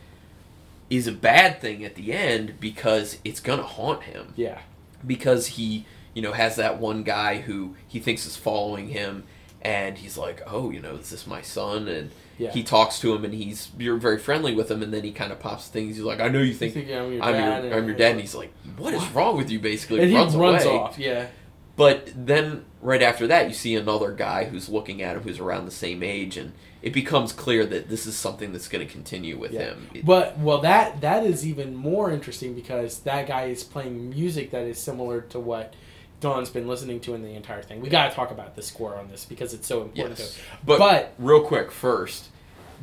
[SPEAKER 2] is a bad thing at the end because it's gonna haunt him
[SPEAKER 3] yeah
[SPEAKER 2] because he you know has that one guy who he thinks is following him and he's like oh you know is this my son and
[SPEAKER 3] Yeah.
[SPEAKER 2] he talks to him and he's you're very friendly with him and then he kind of pops things he's like i know you think
[SPEAKER 3] think I'm your
[SPEAKER 2] i'm,
[SPEAKER 3] dad,"
[SPEAKER 2] your,
[SPEAKER 3] and-
[SPEAKER 2] I'm your dad and he's like what is wrong with you basically
[SPEAKER 3] and he runs,
[SPEAKER 2] away.
[SPEAKER 3] off yeah
[SPEAKER 2] but then right after that you see another guy who's looking at him who's around the same age and it becomes clear that this is something that's going to continue with
[SPEAKER 3] Yeah.
[SPEAKER 2] him It-
[SPEAKER 3] But well, that that is even more interesting because that guy is playing music that is similar to what Don's been listening to in the entire thing. We got to talk about the score on this because it's so important.
[SPEAKER 2] Yes,
[SPEAKER 3] To,
[SPEAKER 2] but,
[SPEAKER 3] But-
[SPEAKER 2] real quick first,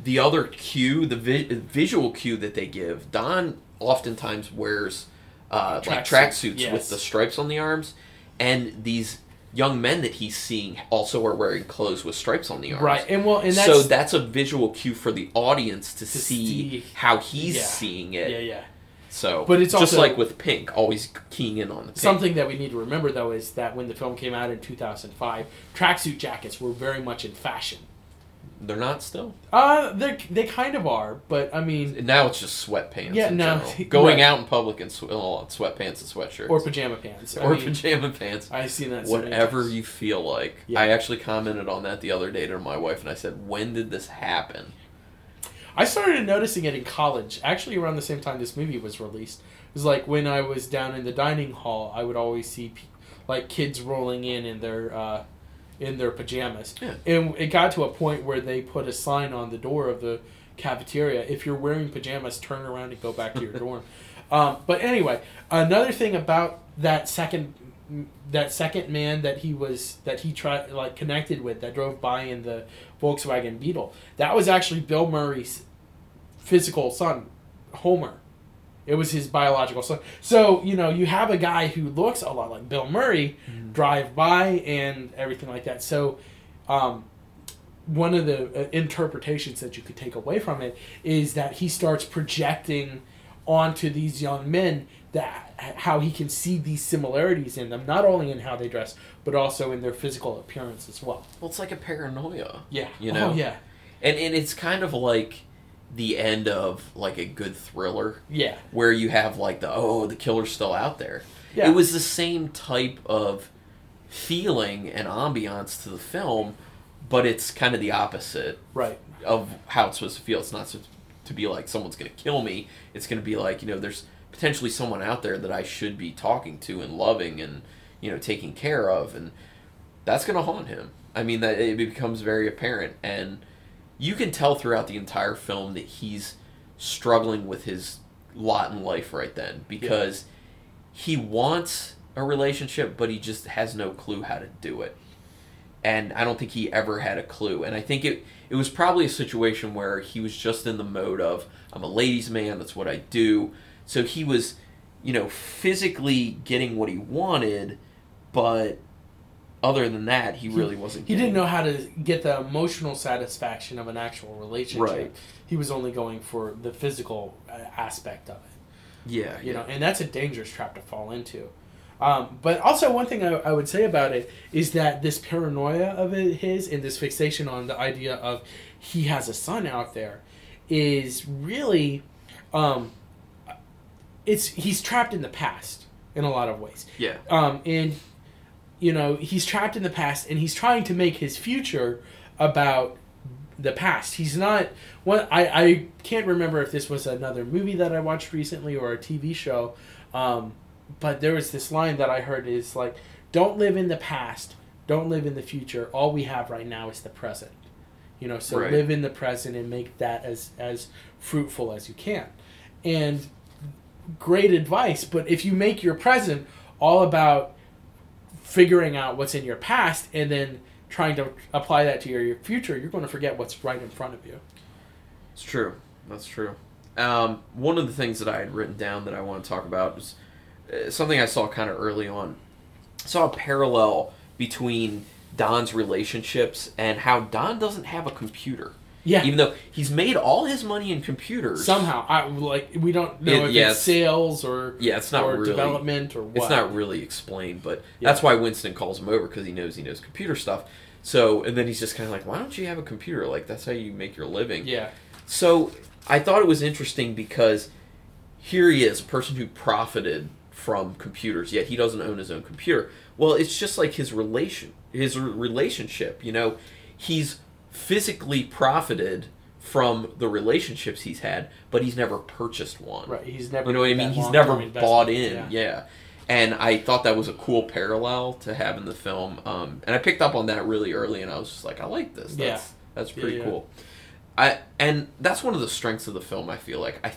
[SPEAKER 2] the other cue, the vi- visual cue that they give, Don oftentimes wears uh, like
[SPEAKER 3] Tracksuit,
[SPEAKER 2] tracksuits
[SPEAKER 3] yes.
[SPEAKER 2] with the stripes on the arms, and these young men that he's seeing also are wearing clothes with stripes on the arms.
[SPEAKER 3] right, and well, and that's
[SPEAKER 2] so that's a visual cue for the audience to, see,
[SPEAKER 3] see-
[SPEAKER 2] how he's
[SPEAKER 3] yeah.
[SPEAKER 2] seeing
[SPEAKER 3] yeah,
[SPEAKER 2] it.
[SPEAKER 3] yeah.
[SPEAKER 2] So,
[SPEAKER 3] But it's
[SPEAKER 2] just
[SPEAKER 3] also-
[SPEAKER 2] like with Pink, always keying in on the pink.
[SPEAKER 3] Something that we need to remember though is that when the film came out in 2005, tracksuit jackets were very much in fashion.
[SPEAKER 2] They're not still.
[SPEAKER 3] Uh, they they kind of are, but I mean,
[SPEAKER 2] And now it's just sweatpants.
[SPEAKER 3] Yeah,
[SPEAKER 2] in
[SPEAKER 3] no,
[SPEAKER 2] general. Going
[SPEAKER 3] right.
[SPEAKER 2] out in public in sw- oh, sweatpants and sweatshirts.
[SPEAKER 3] or pajama pants. I
[SPEAKER 2] or
[SPEAKER 3] mean,
[SPEAKER 2] pajama pants.
[SPEAKER 3] I've seen that. so many
[SPEAKER 2] Whatever
[SPEAKER 3] times.
[SPEAKER 2] you feel like.
[SPEAKER 3] Yeah.
[SPEAKER 2] I actually commented on that the other day to my wife, and I said, "When did this happen?"
[SPEAKER 3] I started noticing it in college, actually around the same time this movie was released. It was like when I was down in the dining hall, I would always see pe- like kids rolling in in their uh, in their pajamas.
[SPEAKER 2] Yeah.
[SPEAKER 3] And it got to a point where they put a sign on the door of the cafeteria: "If you're wearing pajamas, turn around and go back to your dorm." Um, but anyway, another thing about that second that second man that he was that he tried like connected with that drove by in the Volkswagen Beetle. That was actually Bill Murray's physical son, Homer. It was his biological son. So you know you have a guy who looks a lot like Bill Murray drive by and everything like that. So. Um, one of the uh, interpretations that you could take away from it is that he starts projecting onto these young men that how he can see these similarities in them, not only in how they dress, but also in their physical appearance as well.
[SPEAKER 2] Well, it's like a paranoia.
[SPEAKER 3] Yeah,
[SPEAKER 2] You know?
[SPEAKER 3] oh, yeah,
[SPEAKER 2] And, and it's kind of like the end of like a good thriller
[SPEAKER 3] yeah,
[SPEAKER 2] where you have like the oh the killer's still out there.
[SPEAKER 3] Yeah.
[SPEAKER 2] It was the same type of feeling and ambiance to the film, but it's kind of the opposite
[SPEAKER 3] right,
[SPEAKER 2] of how it's supposed to feel. It's not supposed to be like someone's going to kill me. It's going to be like, you know, there's potentially someone out there that I should be talking to and loving and, you know, taking care of. And that's going to haunt him. I mean, that it becomes very apparent. And you can tell throughout the entire film that he's struggling with his lot in life right then because he wants a relationship, but he just has no clue how to do it and I don't think he ever had a clue. And I think it it was probably a situation where he was just in the mode of I'm a ladies' man. That's what I do. So he was, you know, physically getting what he wanted, but other than that, he really wasn't.
[SPEAKER 3] He
[SPEAKER 2] getting-
[SPEAKER 3] didn't know how to get the emotional satisfaction of an actual relationship.
[SPEAKER 2] Right.
[SPEAKER 3] He was only going for the physical uh, aspect of it.
[SPEAKER 2] Yeah,
[SPEAKER 3] you
[SPEAKER 2] yeah.
[SPEAKER 3] know, and that's a dangerous trap to fall into. Um, but also, one thing I, I would say about it is that this paranoia of it, his and this fixation on the idea of he has a son out there is really, um, it's he's trapped in the past in a lot of ways.
[SPEAKER 2] yeah.
[SPEAKER 3] Um, and you know he's trapped in the past, and he's trying to make his future about the past. He's not one. I I can't remember if this was another movie that I watched recently or a TV show, um, but there was this line that I heard is like, "Don't live in the past. Don't live in the future. All we have right now is the present." You know, so
[SPEAKER 2] Right.
[SPEAKER 3] live in the present and make that as as fruitful as you can. And great advice, but if you make your present all about figuring out what's in your past and then trying to apply that to your, your future, you're going to forget what's right in front of you.
[SPEAKER 2] It's true. That's true. Um, one of the things that I had written down that I want to talk about is uh, something I saw kind of early on. I saw a parallel between Don's relationships and how Don doesn't have a computer.
[SPEAKER 3] Yeah.
[SPEAKER 2] Even though he's made all his money in computers.
[SPEAKER 3] Somehow, I like we don't know
[SPEAKER 2] It-
[SPEAKER 3] if
[SPEAKER 2] yeah,
[SPEAKER 3] it's
[SPEAKER 2] it's-
[SPEAKER 3] sales or
[SPEAKER 2] Yeah, it's not
[SPEAKER 3] or
[SPEAKER 2] really-
[SPEAKER 3] development or what.
[SPEAKER 2] It's not really explained, but
[SPEAKER 3] Yeah.
[SPEAKER 2] that's why Winston calls him over because he knows he knows computer stuff. So, and then he's just kind of like, why don't you have a computer? Like, that's how you make your living.
[SPEAKER 3] yeah,
[SPEAKER 2] So I thought it was interesting because here he is, a person who profited from computers, yet he doesn't own his own computer. Well, it's just like his relation, his r- relationship. You know, he's physically profited from the relationships he's had, but he's never purchased one.
[SPEAKER 3] right. He's never.
[SPEAKER 2] You know what I
[SPEAKER 3] made
[SPEAKER 2] mean?
[SPEAKER 3] that
[SPEAKER 2] He's
[SPEAKER 3] long-term
[SPEAKER 2] never
[SPEAKER 3] investment.
[SPEAKER 2] bought in. Yeah.
[SPEAKER 3] Yeah.
[SPEAKER 2] And I thought that was a cool parallel to have in the film. Um, and I picked up on that really early, and I was just like, I like this.
[SPEAKER 3] Yeah.
[SPEAKER 2] That's, that's pretty
[SPEAKER 3] yeah.
[SPEAKER 2] cool. I and that's one of the strengths of the film. I feel like I,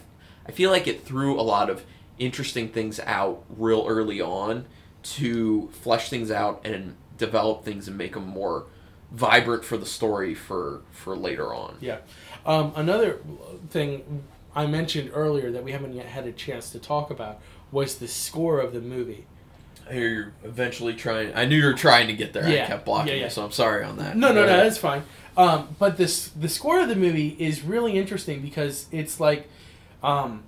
[SPEAKER 2] I feel like it threw a lot of interesting things out real early on to flesh things out and develop things and make them more vibrant for the story for for later on.
[SPEAKER 3] Yeah. Um, another thing I mentioned earlier that we haven't yet had a chance to talk about was the score of the movie.
[SPEAKER 2] You're eventually trying. I knew you were trying to get there.
[SPEAKER 3] Yeah.
[SPEAKER 2] I kept blocking
[SPEAKER 3] Yeah, yeah.
[SPEAKER 2] you, so I'm sorry on that.
[SPEAKER 3] No, no,
[SPEAKER 2] Go
[SPEAKER 3] no,
[SPEAKER 2] ahead.
[SPEAKER 3] that's fine. Um, but this the score of the movie is really interesting because it's like, um,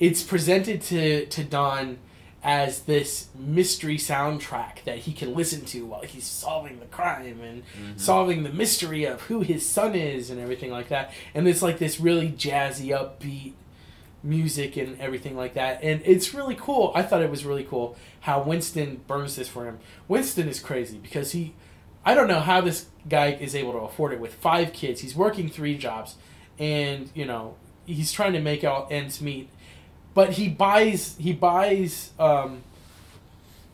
[SPEAKER 3] it's presented to to Don as this mystery soundtrack that he can listen to while he's solving the crime and solving the mystery of who his son is and everything like that. And it's like this really jazzy, upbeat music and everything like that. And it's really cool. I thought it was really cool how Winston burns this for him. Winston is crazy because he, I don't know how this guy is able to afford it with five kids. He's working three jobs, and you know he's trying to make out ends meet. But he buys he buys um,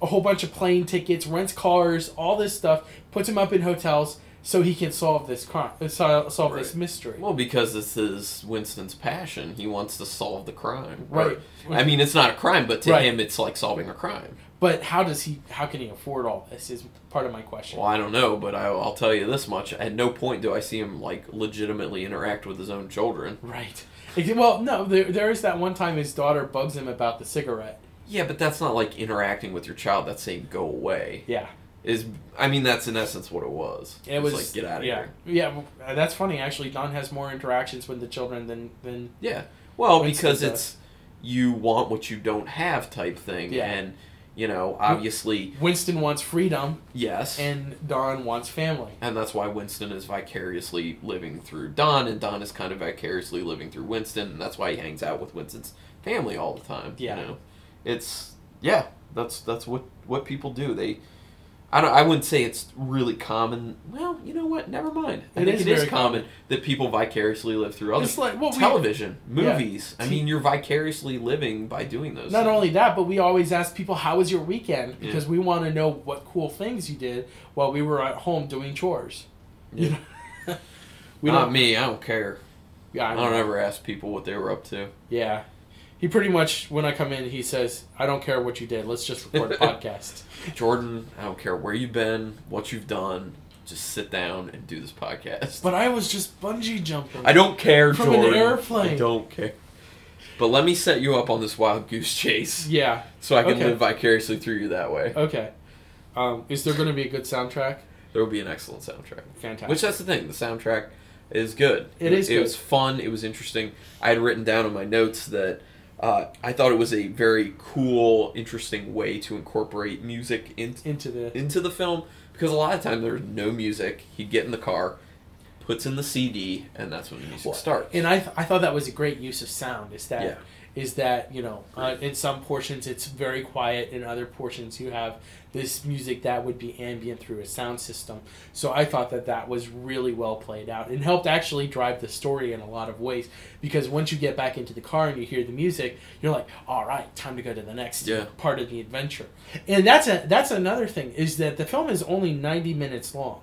[SPEAKER 3] a whole bunch of plane tickets, rents cars, all this stuff, puts them up in hotels, so he can solve this crime, uh, sol- solve this
[SPEAKER 2] Right.
[SPEAKER 3] mystery.
[SPEAKER 2] Well, because this is Winston's passion. He wants to solve the crime.
[SPEAKER 3] Right.
[SPEAKER 2] Or- I mean, it's not a crime, but to
[SPEAKER 3] Right.
[SPEAKER 2] him, it's like solving a crime.
[SPEAKER 3] but how does he? How can he afford all this? Is part of my question.
[SPEAKER 2] Well, I don't know, but I, I'll tell you this much: at no point do I see him like legitimately interact with his own children.
[SPEAKER 3] Right. Ex- Well, no, there, there is that one time his daughter bugs him about the cigarette.
[SPEAKER 2] Yeah, but that's not like interacting with your child. That's saying go away.
[SPEAKER 3] Yeah.
[SPEAKER 2] Is I mean, that's in essence what it was.
[SPEAKER 3] It was
[SPEAKER 2] like get out of
[SPEAKER 3] yeah.
[SPEAKER 2] here.
[SPEAKER 3] Yeah, well, uh, that's funny actually. Don has more interactions with the children than than
[SPEAKER 2] Yeah. Well,
[SPEAKER 3] Winston
[SPEAKER 2] because
[SPEAKER 3] does.
[SPEAKER 2] it's you want what you don't have type thing,
[SPEAKER 3] Yeah.
[SPEAKER 2] and you know, obviously,
[SPEAKER 3] Winston wants freedom
[SPEAKER 2] yes,
[SPEAKER 3] and Don wants family.
[SPEAKER 2] and that's why Winston is vicariously living through Don, and Don is kind of vicariously living through Winston, and that's why he hangs out with Winston's family all the time.
[SPEAKER 3] Yeah.
[SPEAKER 2] You know, it's yeah, that's that's what what people do. They. I, don't, I wouldn't say it's really common. Well, you know what? Never mind. I
[SPEAKER 3] It
[SPEAKER 2] think
[SPEAKER 3] is
[SPEAKER 2] it is
[SPEAKER 3] very
[SPEAKER 2] common,
[SPEAKER 3] common.
[SPEAKER 2] that people vicariously live through others.
[SPEAKER 3] It's like what we
[SPEAKER 2] television,
[SPEAKER 3] Yeah.
[SPEAKER 2] movies. I mean, you're vicariously living by doing those.
[SPEAKER 3] not
[SPEAKER 2] things.
[SPEAKER 3] only that, but we always ask people how was your weekend because we want to know what cool things you did while we were at home doing chores.
[SPEAKER 2] Yeah.
[SPEAKER 3] You know? we
[SPEAKER 2] not
[SPEAKER 3] don't
[SPEAKER 2] me. I don't care.
[SPEAKER 3] yeah,
[SPEAKER 2] I
[SPEAKER 3] I
[SPEAKER 2] don't
[SPEAKER 3] know.
[SPEAKER 2] ever ask people what they were up to.
[SPEAKER 3] Yeah. He pretty much when I come in he says, I don't care what you did, let's just record a podcast.
[SPEAKER 2] Jordan, I don't care where you've been, what you've done. Just sit down and do this podcast.
[SPEAKER 3] But I was just bungee jumping.
[SPEAKER 2] I don't care,
[SPEAKER 3] From an
[SPEAKER 2] Jordan.
[SPEAKER 3] airplane.
[SPEAKER 2] I don't care. But let me set you up on this wild goose chase
[SPEAKER 3] Yeah.
[SPEAKER 2] so I can
[SPEAKER 3] Okay.
[SPEAKER 2] live vicariously through you that way.
[SPEAKER 3] Okay. Um, is there going to be a good soundtrack?
[SPEAKER 2] There will be an excellent soundtrack.
[SPEAKER 3] Fantastic.
[SPEAKER 2] Which that's the thing. The soundtrack is good.
[SPEAKER 3] It is
[SPEAKER 2] It
[SPEAKER 3] good.
[SPEAKER 2] was fun. It was interesting. I had written down in my notes that uh, I thought it was a very cool, interesting way to incorporate music in,
[SPEAKER 3] into the
[SPEAKER 2] into the film because a lot of time there's no music. He'd get in the car, puts in the CD, and that's when the music starts.
[SPEAKER 3] and I, th- I thought that was a great use of sound. Is that is
[SPEAKER 2] Yeah.
[SPEAKER 3] that you know uh, in some portions it's very quiet, in other portions you have this music that would be ambient through a sound system. So I thought that that was really well played out and helped actually drive the story in a lot of ways because once you get back into the car and you hear the music, you're like, all right, time to go to the next
[SPEAKER 2] Yeah.
[SPEAKER 3] part of the adventure. And that's a that's another thing is that the film is only 90 minutes long,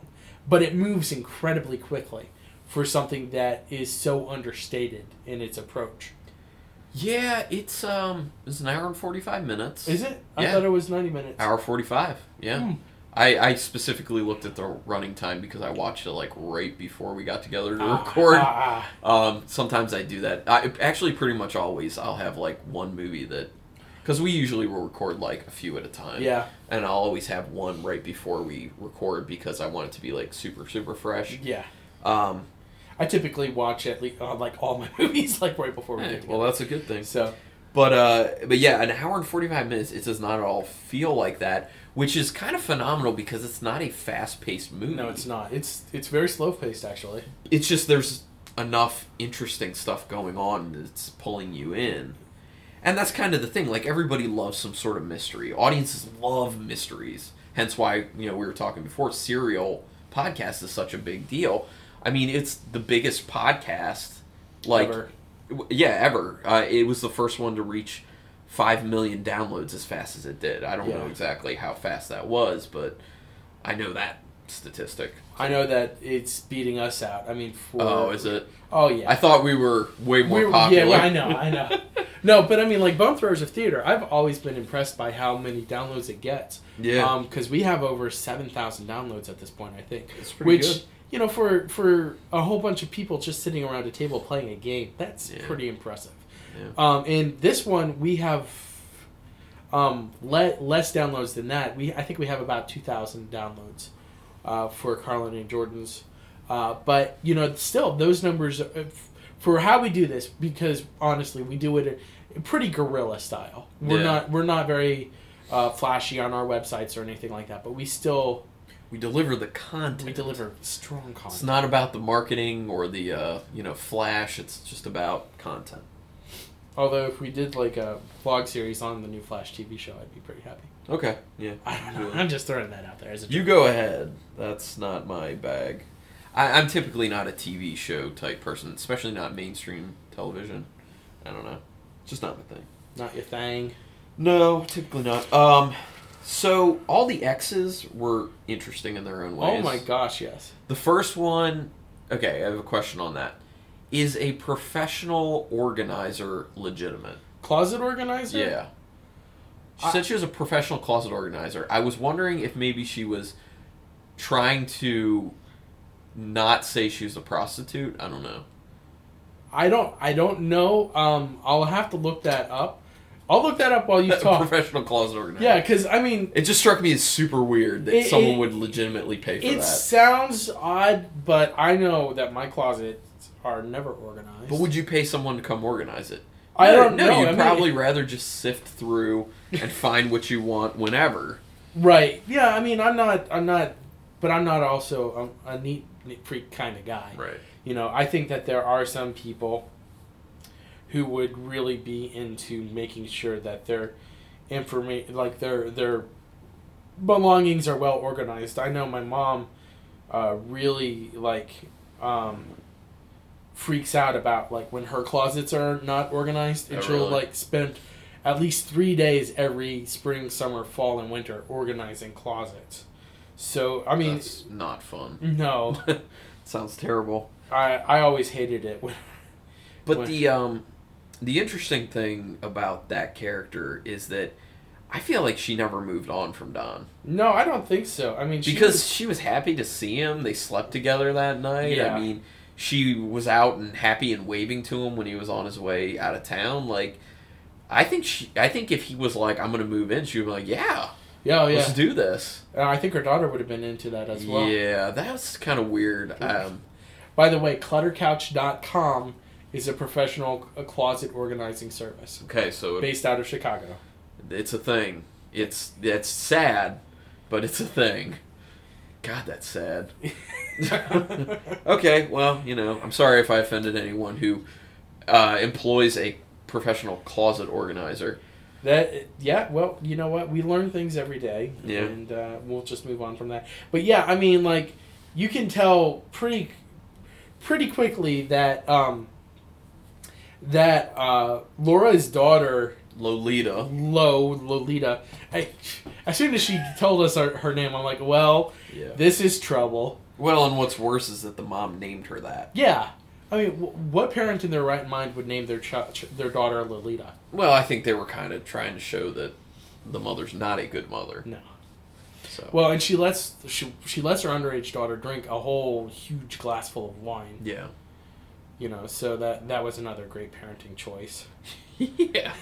[SPEAKER 3] but it moves incredibly quickly for something that is so understated in its approach.
[SPEAKER 2] yeah, it's um, it's an hour and forty five minutes.
[SPEAKER 3] Is it? I
[SPEAKER 2] Yeah.
[SPEAKER 3] thought it was 90 minutes.
[SPEAKER 2] Hour forty five. Yeah.
[SPEAKER 3] Hmm.
[SPEAKER 2] I, I specifically looked at the running time because I watched it like right before we got together to
[SPEAKER 3] Ah,
[SPEAKER 2] record.
[SPEAKER 3] ah, ah.
[SPEAKER 2] Um, sometimes I do that. I actually pretty much always I'll have like one movie that, because we usually will record like a few at a time.
[SPEAKER 3] Yeah.
[SPEAKER 2] And I'll always have one right before we record because I want it to be like super super fresh.
[SPEAKER 3] Yeah.
[SPEAKER 2] Um,
[SPEAKER 3] I typically watch at least uh, like all my movies like right before we
[SPEAKER 2] eh,
[SPEAKER 3] get
[SPEAKER 2] well,
[SPEAKER 3] together.
[SPEAKER 2] that's a good thing.
[SPEAKER 3] So
[SPEAKER 2] But uh, but yeah, an hour and forty five minutes. It does not at all feel like that, which is kind of phenomenal because it's not a fast paced movie.
[SPEAKER 3] no, it's not. It's it's very slow paced actually.
[SPEAKER 2] it's just there's enough interesting stuff going on that's pulling you in. And that's kind of the thing. Like everybody loves some sort of mystery. Audiences love mysteries. Hence why, you know, we were talking before serial podcast is such a big deal. I mean, it's the biggest podcast like
[SPEAKER 3] Ever.
[SPEAKER 2] w- yeah, ever. Uh, it was the first one to reach 5 million downloads as fast as it did. I don't know
[SPEAKER 3] Yeah.
[SPEAKER 2] exactly how fast that was, but I know that statistic.
[SPEAKER 3] I know that it's beating us out. I mean, for
[SPEAKER 2] Oh, is it?
[SPEAKER 3] oh yeah,
[SPEAKER 2] I thought we were way more
[SPEAKER 3] We were-
[SPEAKER 2] popular.
[SPEAKER 3] Yeah, I know, I know. no, but I mean, like Bone Throwers of Theater, I've always been impressed by how many downloads it gets.
[SPEAKER 2] Yeah.
[SPEAKER 3] Because we have over seven thousand downloads at this point, I think.
[SPEAKER 2] That's pretty
[SPEAKER 3] which,
[SPEAKER 2] good.
[SPEAKER 3] you know, for for a whole bunch of people just sitting around a table playing a game, that's
[SPEAKER 2] Yeah.
[SPEAKER 3] pretty impressive.
[SPEAKER 2] Yeah.
[SPEAKER 3] Um, and this one we have. Um, le- less downloads than that. We I think we have about two thousand downloads uh, for Carlin and Jordan's. Uh, but you know, still those numbers uh, f- for how we do this because honestly, we do it in pretty guerrilla style. We're
[SPEAKER 2] Yeah.
[SPEAKER 3] not we're not very uh, flashy on our websites or anything like that, but we still
[SPEAKER 2] we deliver the content.
[SPEAKER 3] we deliver strong
[SPEAKER 2] It's
[SPEAKER 3] content.
[SPEAKER 2] not about the marketing or the uh, you know flash. It's just about content.
[SPEAKER 3] Although if we did like a vlog series on the new Flash TV show, I'd be pretty happy.
[SPEAKER 2] Okay. Yeah.
[SPEAKER 3] I don't know.
[SPEAKER 2] Yeah.
[SPEAKER 3] I'm just throwing that out there as a
[SPEAKER 2] You go ahead. That's not my bag. I, I'm typically not a TV show type person, especially not mainstream television. I don't know. It's just not my thing.
[SPEAKER 3] not your thing.
[SPEAKER 2] No, typically not. Um, So all the X's were interesting in their own ways.
[SPEAKER 3] Oh my gosh, yes.
[SPEAKER 2] The first one, okay, I have a question on that. Is a professional organizer legitimate?
[SPEAKER 3] Closet organizer?
[SPEAKER 2] Yeah. She
[SPEAKER 3] I-
[SPEAKER 2] said she was a professional closet organizer. I was wondering if maybe she was trying to not say she was a prostitute. I don't know.
[SPEAKER 3] I don't I don't know. Um I'll have to look that up. I'll look that up while you
[SPEAKER 2] A
[SPEAKER 3] talk.
[SPEAKER 2] professional closet organizer.
[SPEAKER 3] Yeah, cuz I mean
[SPEAKER 2] It just struck me as super weird that
[SPEAKER 3] It-
[SPEAKER 2] someone
[SPEAKER 3] it-
[SPEAKER 2] would legitimately pay for
[SPEAKER 3] it
[SPEAKER 2] that.
[SPEAKER 3] sounds odd, but I know that my closets are never organized.
[SPEAKER 2] But would you pay someone to come organize it?
[SPEAKER 3] I don't
[SPEAKER 2] No,
[SPEAKER 3] know. I
[SPEAKER 2] You'd
[SPEAKER 3] mean-
[SPEAKER 2] probably rather just sift through and find what you want whenever.
[SPEAKER 3] Right. Yeah, I mean, I'm not I'm not but I'm not also a, a neat, neat freak kind of guy.
[SPEAKER 2] Right.
[SPEAKER 3] You know, I think that there are some people who would really be into making sure that their information, like their their belongings, are well organized. I know my mom uh, really like um, freaks out about like when her closets are not organized, and
[SPEAKER 2] Oh,
[SPEAKER 3] she'll
[SPEAKER 2] really?
[SPEAKER 3] like spend at least three days every spring, summer, fall, and winter organizing closets. So I mean,
[SPEAKER 2] That's not fun.
[SPEAKER 3] no.
[SPEAKER 2] Sounds terrible.
[SPEAKER 3] I I always hated it when
[SPEAKER 2] But
[SPEAKER 3] What?
[SPEAKER 2] the um the interesting thing about that character is that I feel like she never moved on from Don
[SPEAKER 3] No, I don't think so. I mean, she
[SPEAKER 2] because
[SPEAKER 3] was-
[SPEAKER 2] she was happy to see him. They slept together that night.
[SPEAKER 3] Yeah.
[SPEAKER 2] I mean, she was out and happy and waving to him when he was on his way out of town. Like, I think she, I think if he was like, "I'm gonna move in," she would be like, "Yeah,
[SPEAKER 3] yeah, oh, yeah.
[SPEAKER 2] let's do this."
[SPEAKER 3] And I think her daughter would have been into that as well.
[SPEAKER 2] Yeah, that's kind of weird. Um,
[SPEAKER 3] By the way, cluttercouch.com is a professional uh, closet organizing service
[SPEAKER 2] okay, so
[SPEAKER 3] based out of Chicago.
[SPEAKER 2] It's a thing. It's that's sad, but it's a thing. God, that's sad. okay, well, you know, I'm sorry if I offended anyone who uh, employs a professional closet organizer.
[SPEAKER 3] That yeah, well, you know what? We learn things every day,
[SPEAKER 2] Yeah.
[SPEAKER 3] and uh, we'll just move on from that. But yeah, I mean, like you can tell pretty, pretty quickly that um, that uh, Laura's daughter
[SPEAKER 2] Lolita.
[SPEAKER 3] Lo Lolita. I, as soon as she told us her, her name, I'm like, well,
[SPEAKER 2] Yeah.
[SPEAKER 3] this is trouble.
[SPEAKER 2] Well, and what's worse is that the mom named her that.
[SPEAKER 3] Yeah, I mean, w- what parent in their right mind would name their ch- ch- their daughter Lolita?
[SPEAKER 2] Well, I think they were kind of trying to show that the mother's not a good mother.
[SPEAKER 3] No.
[SPEAKER 2] So.
[SPEAKER 3] Well, and she lets she she lets her underage daughter drink a whole huge glass full of wine.
[SPEAKER 2] yeah.
[SPEAKER 3] You know, so that that was another great parenting choice.
[SPEAKER 2] yeah.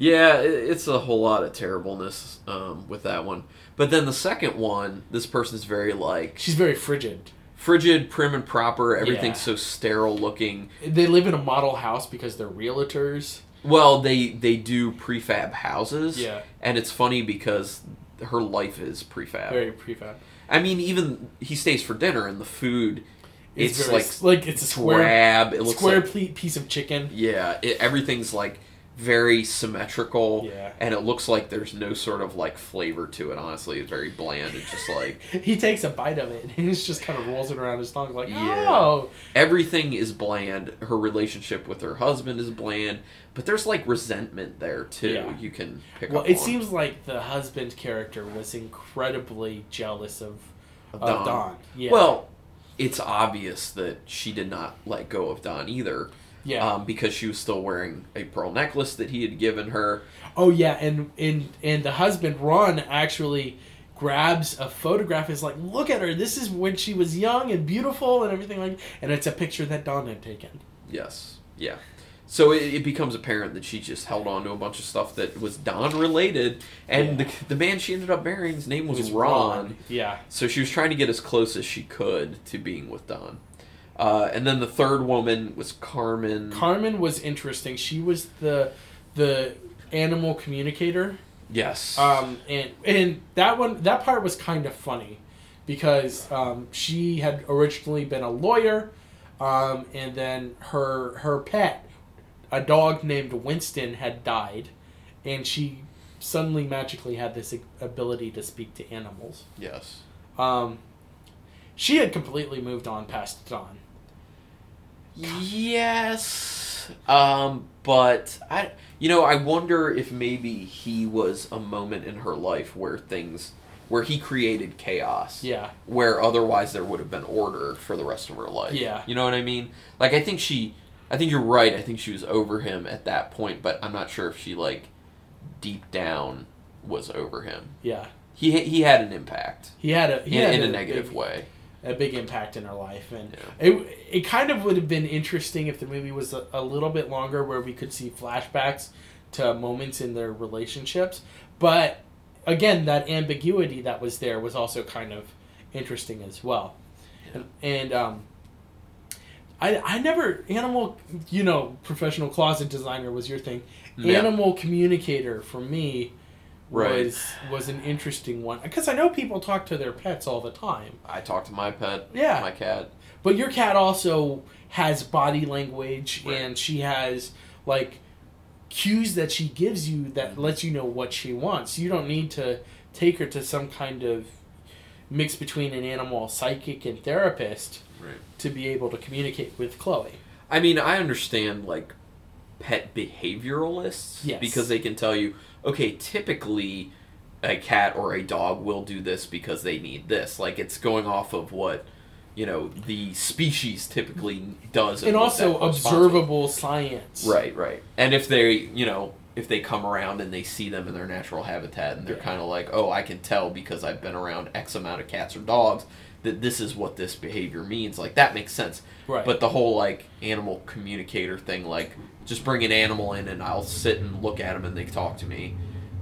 [SPEAKER 2] Yeah, i- it's a whole lot of terribleness um, with that one. But then the second one, this person's very like
[SPEAKER 3] She's very frigid.
[SPEAKER 2] frigid, prim and proper. Everything's
[SPEAKER 3] Yeah.
[SPEAKER 2] so sterile looking.
[SPEAKER 3] They live in a model house because they're realtors.
[SPEAKER 2] Well, they they do prefab houses.
[SPEAKER 3] Yeah.
[SPEAKER 2] and it's funny because her life is prefab.
[SPEAKER 3] Very prefab.
[SPEAKER 2] I mean, even he stays for dinner, and the food, it's,
[SPEAKER 3] very
[SPEAKER 2] like
[SPEAKER 3] s- like it's a square
[SPEAKER 2] drab. It looks
[SPEAKER 3] square
[SPEAKER 2] like
[SPEAKER 3] ple- piece of chicken.
[SPEAKER 2] Yeah, it, everything's like very symmetrical.
[SPEAKER 3] Yeah.
[SPEAKER 2] And it looks like there's no sort of like flavor to it, honestly. It's very bland. It's just like
[SPEAKER 3] He takes a bite of it and it's just kind of rolls it around his tongue like,
[SPEAKER 2] Yeah.
[SPEAKER 3] oh.
[SPEAKER 2] everything is bland. Her relationship with her husband is bland, but there's like resentment there too.
[SPEAKER 3] Yeah.
[SPEAKER 2] You can pick
[SPEAKER 3] Well,
[SPEAKER 2] up
[SPEAKER 3] it
[SPEAKER 2] on.
[SPEAKER 3] seems like the husband character was incredibly jealous of, of Don. Yeah.
[SPEAKER 2] Well, it's obvious that she did not let go of Don either.
[SPEAKER 3] yeah.
[SPEAKER 2] Um, because she was still wearing a pearl necklace that he had given her.
[SPEAKER 3] oh yeah, and and and the husband Ron actually grabs a photograph. Is like, look at her. This is when she was young and beautiful and everything like. And it's a picture that Don had taken.
[SPEAKER 2] Yes. Yeah. So it, it becomes apparent that she just held on to a bunch of stuff that was Don related, and
[SPEAKER 3] Yeah.
[SPEAKER 2] the, the man she ended up marrying's name was,
[SPEAKER 3] It was
[SPEAKER 2] Ron.
[SPEAKER 3] Yeah.
[SPEAKER 2] So she was trying to get as close as she could to being with Don. Uh, and then the third woman was Carmen.
[SPEAKER 3] Carmen was interesting. She was the the animal communicator.
[SPEAKER 2] yes.
[SPEAKER 3] Um, and and that one that part was kind of funny because um, she had originally been a lawyer, um, and then her her pet, a dog named Winston, had died, and she suddenly magically had this ability to speak to animals.
[SPEAKER 2] yes.
[SPEAKER 3] Um, she had completely moved on past Don.
[SPEAKER 2] Yes. Um, but I, you know, I wonder if maybe he was a moment in her life where things, where he created chaos.
[SPEAKER 3] Yeah.
[SPEAKER 2] Where otherwise there would have been order for the rest of her life.
[SPEAKER 3] Yeah.
[SPEAKER 2] You know what I mean? Like I think she, I think you're right. I think she was over him at that point, but I'm not sure if she like, deep down, was over him.
[SPEAKER 3] Yeah.
[SPEAKER 2] He he had an impact
[SPEAKER 3] He had a he
[SPEAKER 2] in,
[SPEAKER 3] had
[SPEAKER 2] in a negative
[SPEAKER 3] big,
[SPEAKER 2] way.
[SPEAKER 3] a big impact in her life, and
[SPEAKER 2] Yeah.
[SPEAKER 3] it it kind of would have been interesting if the movie was a, a little bit longer, where we could see flashbacks to moments in their relationships. But again, that ambiguity that was there was also kind of interesting as well, and, and um. I, I never animal you know professional closet designer was your thing
[SPEAKER 2] Yeah.
[SPEAKER 3] animal communicator for me
[SPEAKER 2] Right.
[SPEAKER 3] was was an interesting one because I know people talk to their pets all the time
[SPEAKER 2] I talked to my pet.
[SPEAKER 3] Yeah.
[SPEAKER 2] My cat.
[SPEAKER 3] but your cat also has body language
[SPEAKER 2] Right.
[SPEAKER 3] and she has like cues that she gives you
[SPEAKER 2] Mm-hmm.
[SPEAKER 3] that lets you know what she wants. You don't need to take her to some kind of mix between an animal psychic and therapist
[SPEAKER 2] Right.
[SPEAKER 3] to be able to communicate with Chloe.
[SPEAKER 2] I mean, I understand like pet behavioralists
[SPEAKER 3] Yes.
[SPEAKER 2] because they can tell you, okay, typically a cat or a dog will do this because they need this. Like it's going off of what you know the species typically does,
[SPEAKER 3] And
[SPEAKER 2] what
[SPEAKER 3] also
[SPEAKER 2] that corresponds with.
[SPEAKER 3] observable science.
[SPEAKER 2] Right, right. And if they, you know, if they come around and they see them in their natural habitat and they're
[SPEAKER 3] Yeah.
[SPEAKER 2] kind of like, oh, I can tell because I've been around X amount of cats or dogs that this is what this behavior means. Like, that makes sense.
[SPEAKER 3] Right.
[SPEAKER 2] But the whole, like, animal communicator thing, like, just bring an animal in and I'll sit and look at them and they talk to me.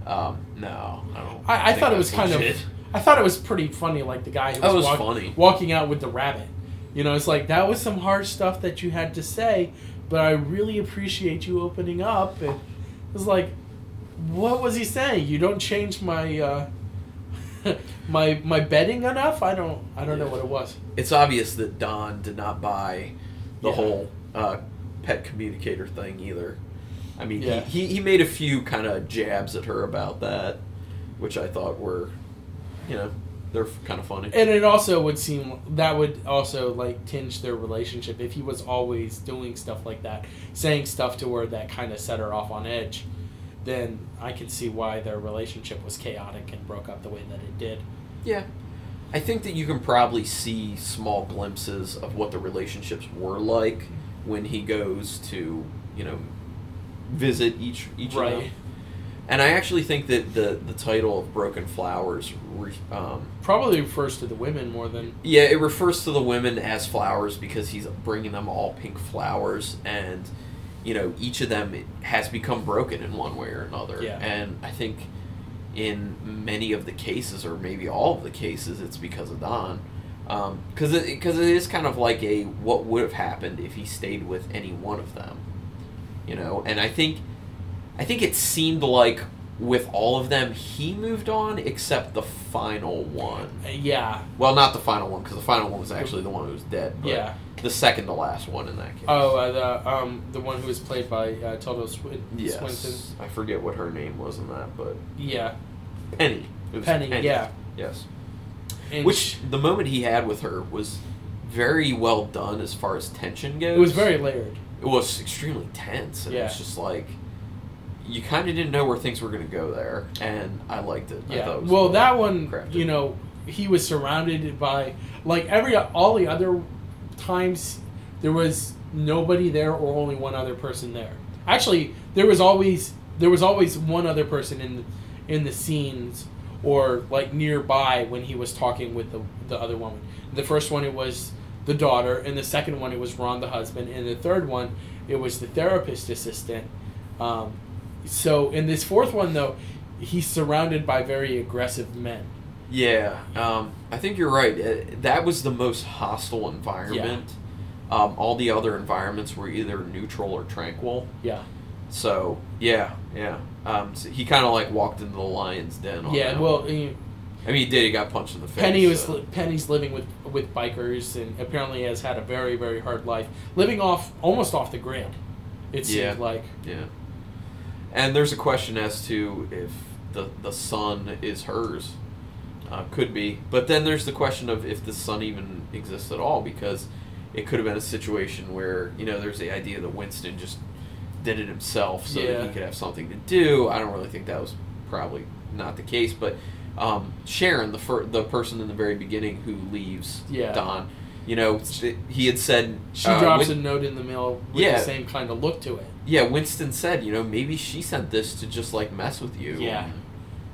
[SPEAKER 2] Um, no, I don't.
[SPEAKER 3] I, I
[SPEAKER 2] think
[SPEAKER 3] thought
[SPEAKER 2] that's
[SPEAKER 3] it was kind
[SPEAKER 2] legit.
[SPEAKER 3] of I thought it was pretty funny, like the guy who
[SPEAKER 2] That
[SPEAKER 3] was,
[SPEAKER 2] was
[SPEAKER 3] walk-
[SPEAKER 2] funny.
[SPEAKER 3] walking out with the rabbit. You know, it's like that was some hard stuff that you had to say, but I really appreciate you opening up. And it was like, what was he saying? You don't change my uh, my my betting enough. I don't I don't know
[SPEAKER 2] Yeah.
[SPEAKER 3] what it was.
[SPEAKER 2] It's obvious that Don did not buy the
[SPEAKER 3] Yeah.
[SPEAKER 2] whole uh, pet communicator thing either. I mean,
[SPEAKER 3] Yeah.
[SPEAKER 2] he, he, he made a few kind of jabs at her about that, which I thought were, you know, they're kind of funny.
[SPEAKER 3] And it also would seem that would also like tinge their relationship if he was always doing stuff like that, saying stuff to her that kind of set her off on edge. Then I can see why their relationship was chaotic and broke up the way that it did.
[SPEAKER 2] yeah. I think that you can probably see small glimpses of what the relationships were like when he goes to, you know, visit each each of
[SPEAKER 3] Right.
[SPEAKER 2] them. And I actually think that the the title of Broken Flowers re, um,
[SPEAKER 3] Probably refers to the women more than
[SPEAKER 2] Yeah, it refers to the women as flowers because he's bringing them all pink flowers, and you know each of them has become broken in one way or another.
[SPEAKER 3] Yeah.
[SPEAKER 2] And I think in many of the cases, or maybe all of the cases, it's because of Don, because it because it is kind of like a what would have happened if he stayed with any one of them, you know. And I think I think it seemed like with all of them he moved on except the final one.
[SPEAKER 3] uh, yeah.
[SPEAKER 2] Well, not the final one because the final one was actually the one who was dead. But
[SPEAKER 3] Yeah.
[SPEAKER 2] The second to last one in that case.
[SPEAKER 3] Oh, uh, the um the one who was played by uh, Tilda Swin-
[SPEAKER 2] yes.
[SPEAKER 3] Swinton.
[SPEAKER 2] I forget what her name was in that, but
[SPEAKER 3] Yeah.
[SPEAKER 2] Penny. It was
[SPEAKER 3] Penny, yeah.
[SPEAKER 2] Yes.
[SPEAKER 3] And
[SPEAKER 2] Which the moment he had with her was very well done as far as tension goes.
[SPEAKER 3] it was very layered.
[SPEAKER 2] It was extremely tense, and
[SPEAKER 3] Yeah.
[SPEAKER 2] it's just like you kind of didn't know where things were going to go there, and I liked it. I
[SPEAKER 3] Yeah.
[SPEAKER 2] thought it was
[SPEAKER 3] well,
[SPEAKER 2] well
[SPEAKER 3] that one,
[SPEAKER 2] crafted.
[SPEAKER 3] you know, he was surrounded by like every all the other times there was nobody there or only one other person there. Actually, there was always there was always one other person in the, in the scenes or like nearby when he was talking with the the other woman. The first one it was the daughter, and the second one it was Ron the husband, and the third one it was the therapist assistant. Um, so in this fourth one though, he's surrounded by very aggressive men.
[SPEAKER 2] Yeah, um, I think you're right. Uh, That was the most hostile environment. Um, all the other environments were either neutral or tranquil.
[SPEAKER 3] Yeah.
[SPEAKER 2] So yeah, yeah. Um, so he kind of like walked into the lion's den. On
[SPEAKER 3] Yeah.
[SPEAKER 2] that uh,
[SPEAKER 3] Well,
[SPEAKER 2] one.
[SPEAKER 3] you-
[SPEAKER 2] I mean, he did. He got punched in the face.
[SPEAKER 3] Penny was
[SPEAKER 2] so-
[SPEAKER 3] li- Penny's living with with bikers and apparently has had a very very hard life, living off almost off the grid. It seemed
[SPEAKER 2] Yeah.
[SPEAKER 3] like.
[SPEAKER 2] yeah. And there's a question as to if the the son is hers. Uh, could be, but then there's the question of if the son even exists at all, because it could have been a situation where you know there's the idea that Winston just did it himself so that
[SPEAKER 3] Yeah.
[SPEAKER 2] he could have something to do. I don't really think that was probably not the case, but um, Sharon, the fir- the person in the very beginning who leaves
[SPEAKER 3] Yeah.
[SPEAKER 2] Don, you know, th- he had said
[SPEAKER 3] She
[SPEAKER 2] uh,
[SPEAKER 3] drops
[SPEAKER 2] Win-
[SPEAKER 3] a note in the mail with
[SPEAKER 2] Yeah.
[SPEAKER 3] the same kind of look to it.
[SPEAKER 2] yeah, Winston said, you know, maybe she sent this to just like mess with you.
[SPEAKER 3] Yeah.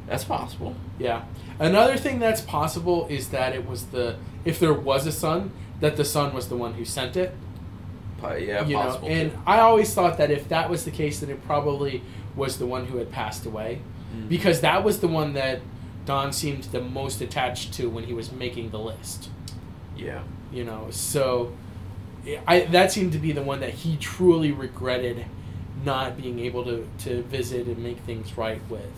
[SPEAKER 2] That's possible.
[SPEAKER 3] Yeah. Another thing that's possible is that it was the if there was a son, that the son was the one who sent it.
[SPEAKER 2] Po- yeah,
[SPEAKER 3] you
[SPEAKER 2] possible.
[SPEAKER 3] know, and
[SPEAKER 2] too.
[SPEAKER 3] I always thought that if that was the case, then it probably was the one who had passed away,
[SPEAKER 2] Mm.
[SPEAKER 3] because that was the one that Don seemed the most attached to when he was making the list.
[SPEAKER 2] yeah.
[SPEAKER 3] You know, so I that seemed to be the one that he truly regretted not being able to to visit and make things right with.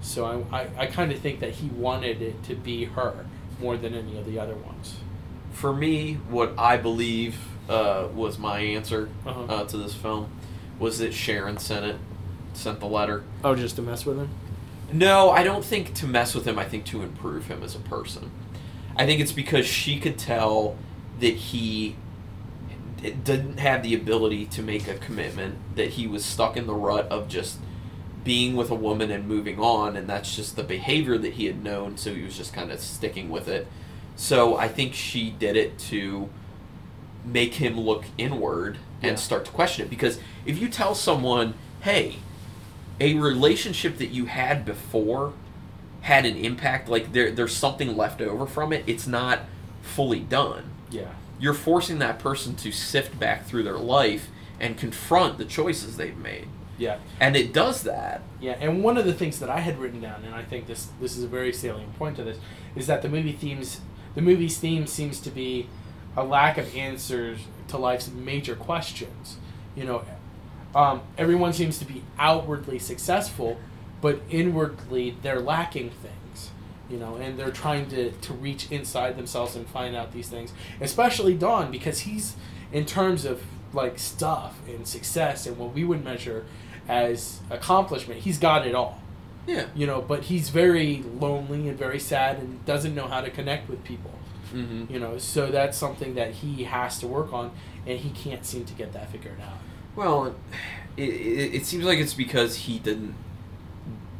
[SPEAKER 3] So I I, I kind of think that he wanted it to be her more than any of the other ones.
[SPEAKER 2] For me, what I believe uh, was my answer
[SPEAKER 3] Uh-huh.
[SPEAKER 2] uh, to this film was that Sharon sent it, sent the letter.
[SPEAKER 3] Oh, just to mess with him.
[SPEAKER 2] No, I don't think to mess with him. I think to improve him as a person. I think it's because she could tell that he d- didn't have the ability to make a commitment, that he was stuck in the rut of just being with a woman and moving on, and that's just the behavior that he had known, so he was just kind of sticking with it. So I think she did it to make him look inward
[SPEAKER 3] Yeah.
[SPEAKER 2] and start to question it. Because if you tell someone, hey, a relationship that you had before had an impact like there there's something left over from it it's not fully done
[SPEAKER 3] Yeah.
[SPEAKER 2] you're forcing that person to sift back through their life and confront the choices they've made
[SPEAKER 3] Yeah.
[SPEAKER 2] and it does that
[SPEAKER 3] Yeah, and one of the things that I had written down, and I think this this is a very salient point to this, is that the movie themes the movie's theme seems to be a lack of answers to life's major questions. You know, um, everyone seems to be outwardly successful, but inwardly they're lacking things. You know, and they're trying to to reach inside themselves and find out these things, especially Don, because he's in terms of like stuff and success and what we would measure as accomplishment, he's got it all.
[SPEAKER 2] yeah
[SPEAKER 3] You know, but he's very lonely and very sad and doesn't know how to connect with people.
[SPEAKER 2] mm-hmm.
[SPEAKER 3] You know, so that's something that he has to work on, and he can't seem to get that figured out.
[SPEAKER 2] well it, it, it seems like it's because he didn't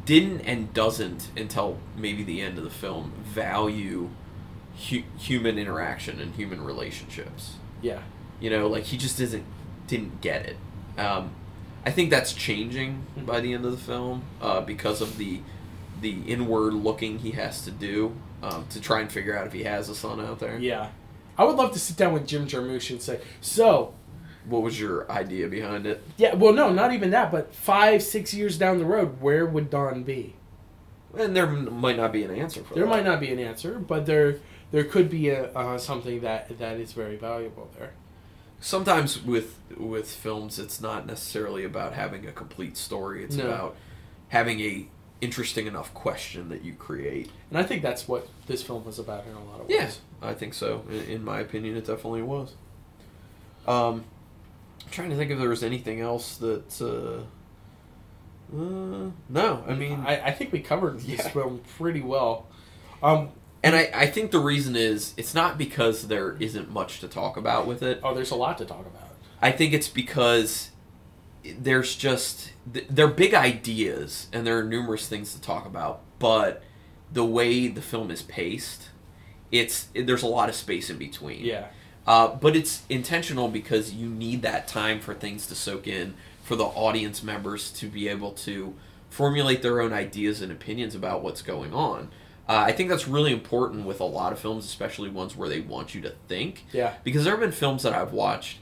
[SPEAKER 2] didn't and doesn't until maybe the end of the film value hu- human interaction and human relationships
[SPEAKER 3] Yeah.
[SPEAKER 2] You know, like he just isn't didn't get it. Um, I think that's changing by the end of the film uh, because of the the inward looking he has to do um, to try and figure out if he has a son out there.
[SPEAKER 3] Yeah. I would love to sit down with Jim Jarmusch and say, so,
[SPEAKER 2] What was your idea behind it?
[SPEAKER 3] yeah, well, no, not even that, but five, six years down the road, where would Don be?
[SPEAKER 2] And there m- might not be an answer for
[SPEAKER 3] There
[SPEAKER 2] that.
[SPEAKER 3] might not be an answer, but there there could be a uh, something that that is very valuable there.
[SPEAKER 2] Sometimes with with films, it's not necessarily about having a complete story. It's
[SPEAKER 3] No.
[SPEAKER 2] about having a interesting enough question that you create.
[SPEAKER 3] And I think that's what this film was about in a lot of ways.
[SPEAKER 2] Yes, I think so. In, in my opinion, it definitely was. Um, I'm trying to think if there was anything else that. Uh, uh, no, I mean,
[SPEAKER 3] I, I think we covered this
[SPEAKER 2] Yeah.
[SPEAKER 3] film pretty well. Um,
[SPEAKER 2] and I, I think the reason is it's not because there isn't much to talk about with it.
[SPEAKER 3] oh, there's a lot to talk about.
[SPEAKER 2] I think it's because there's just th- they're big ideas and there are numerous things to talk about, but the way the film is paced, it's there's a lot of space in between.
[SPEAKER 3] Yeah,
[SPEAKER 2] Uh, but it's intentional because you need that time for things to soak in, for the audience members to be able to formulate their own ideas and opinions about what's going on. Uh, I think that's really important with a lot of films, especially ones where they want you to think.
[SPEAKER 3] yeah,
[SPEAKER 2] Because there have been films that I've watched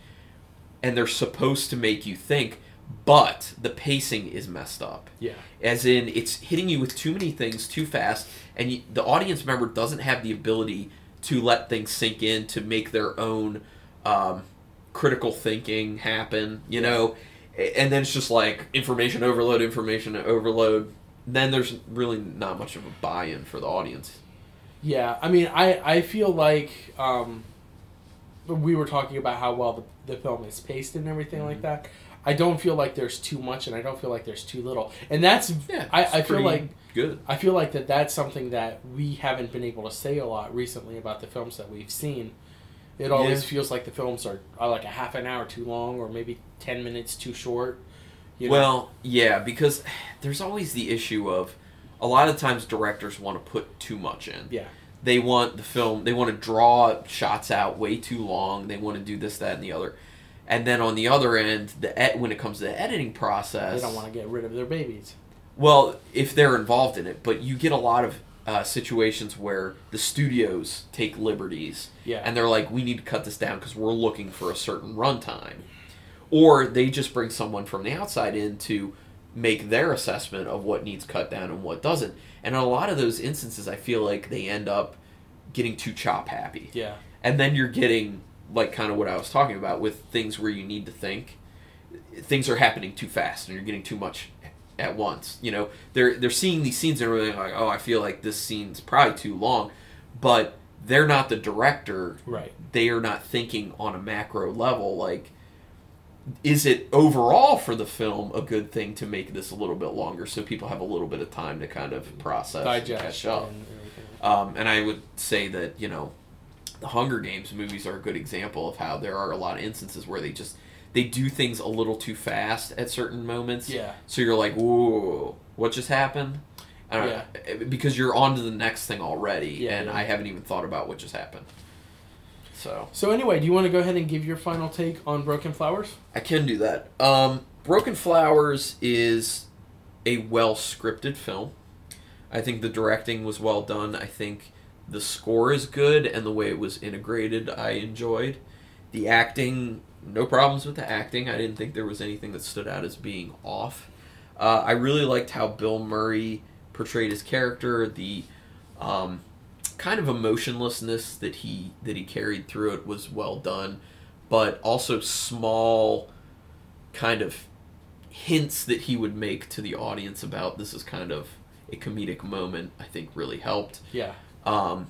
[SPEAKER 2] and they're supposed to make you think, but the pacing is messed up
[SPEAKER 3] yeah,
[SPEAKER 2] as in it's hitting you with too many things too fast and you, the audience member doesn't have the ability to let things sink in to make their own um, critical thinking happen you know A- and then it's just like information overload information overload then there's really not much of a buy-in for the audience
[SPEAKER 3] yeah. I mean, I I feel like um, we were talking about how well the, the film is paced and everything
[SPEAKER 2] Mm-hmm.
[SPEAKER 3] like that. I don't feel like there's too much, and I don't feel like there's too little, and that's I,
[SPEAKER 2] it's
[SPEAKER 3] I feel
[SPEAKER 2] pretty
[SPEAKER 3] like
[SPEAKER 2] good
[SPEAKER 3] I feel like that that's something that we haven't been able to say a lot recently about the films that we've seen, It always feels like the films are, are like a half an hour too long or maybe 10 minutes too short. You know?
[SPEAKER 2] Well, yeah, because there's always the issue of a lot of times directors want to put too much in.
[SPEAKER 3] yeah.
[SPEAKER 2] They want the film, they want to draw shots out way too long. They want to do this, that, and the other. And then on the other end, the ed- when it comes to the editing process,
[SPEAKER 3] They don't want to get rid of their babies.
[SPEAKER 2] well, if they're involved in it, but you get a lot of uh, situations where the studios take liberties
[SPEAKER 3] Yeah.
[SPEAKER 2] and they're like, we need to cut this down because we're looking for a certain runtime. Or they just bring someone from the outside in to make their assessment of what needs cut down and what doesn't. And in a lot of those instances, I feel like they end up getting too chop happy.
[SPEAKER 3] Yeah.
[SPEAKER 2] And then you're getting, like, kind of what I was talking about with things where you need to think. Things are happening too fast and you're getting too much at once. You know, they're, they're seeing these scenes and everything like, oh, I feel like this scene's probably too long. But they're not the director
[SPEAKER 3] Right.
[SPEAKER 2] they are not thinking on a macro level like is it overall for the film a good thing to make this a little bit longer so people have a little bit of time to kind of process and
[SPEAKER 3] Digest.
[SPEAKER 2] catch up
[SPEAKER 3] and everything.
[SPEAKER 2] um, and i would say that you know the hunger games movies are a good example of how there are a lot of instances where they just they do things a little too fast at certain moments
[SPEAKER 3] Yeah.
[SPEAKER 2] so you're like whoa what just happened I don't
[SPEAKER 3] Yeah.
[SPEAKER 2] because you're on to the next thing already
[SPEAKER 3] Yeah,
[SPEAKER 2] and
[SPEAKER 3] yeah.
[SPEAKER 2] i haven't even thought about what just happened so
[SPEAKER 3] So, anyway, do you want to go ahead and give your final take on Broken Flowers?
[SPEAKER 2] I can do that. Um, Broken Flowers is a well scripted film. I think the directing was well done. I think the score is good and the way it was integrated, I enjoyed. The acting, no problems with the acting. I didn't think there was anything that stood out as being off. Uh, I really liked how Bill Murray portrayed his character, the um, kind of emotionlessness that he that he carried through it was well done, but also small kind of hints that he would make to the audience about this is kind of a comedic moment. I think really helped.
[SPEAKER 3] Yeah.
[SPEAKER 2] Um,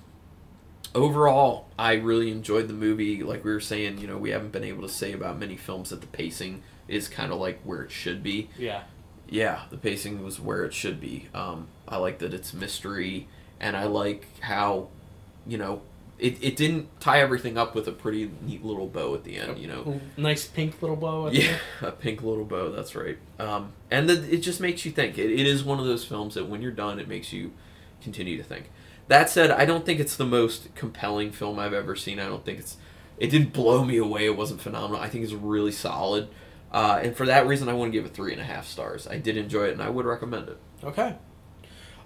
[SPEAKER 2] overall, I really enjoyed the movie. Like we were saying, you know, we haven't been able to say about many films that the pacing is kind of like where it should be.
[SPEAKER 3] Yeah.
[SPEAKER 2] Yeah, the pacing was where it should be. Um, I like that it's mystery, and I like how, you know, it, it didn't tie everything up with a pretty neat little bow at the end, you know.
[SPEAKER 3] Nice pink little bow. at the
[SPEAKER 2] Yeah,
[SPEAKER 3] end.
[SPEAKER 2] a pink little bow, that's right. Um, and the, it just makes you think. It, it is one of those films that when you're done, it makes you continue to think. That said, I don't think it's the most compelling film I've ever seen. I don't think it's. It didn't blow me away. It wasn't phenomenal. I think it's really solid. Uh, and for that reason, I want to give it three and a half stars. I did enjoy it, and I would recommend it.
[SPEAKER 3] Okay.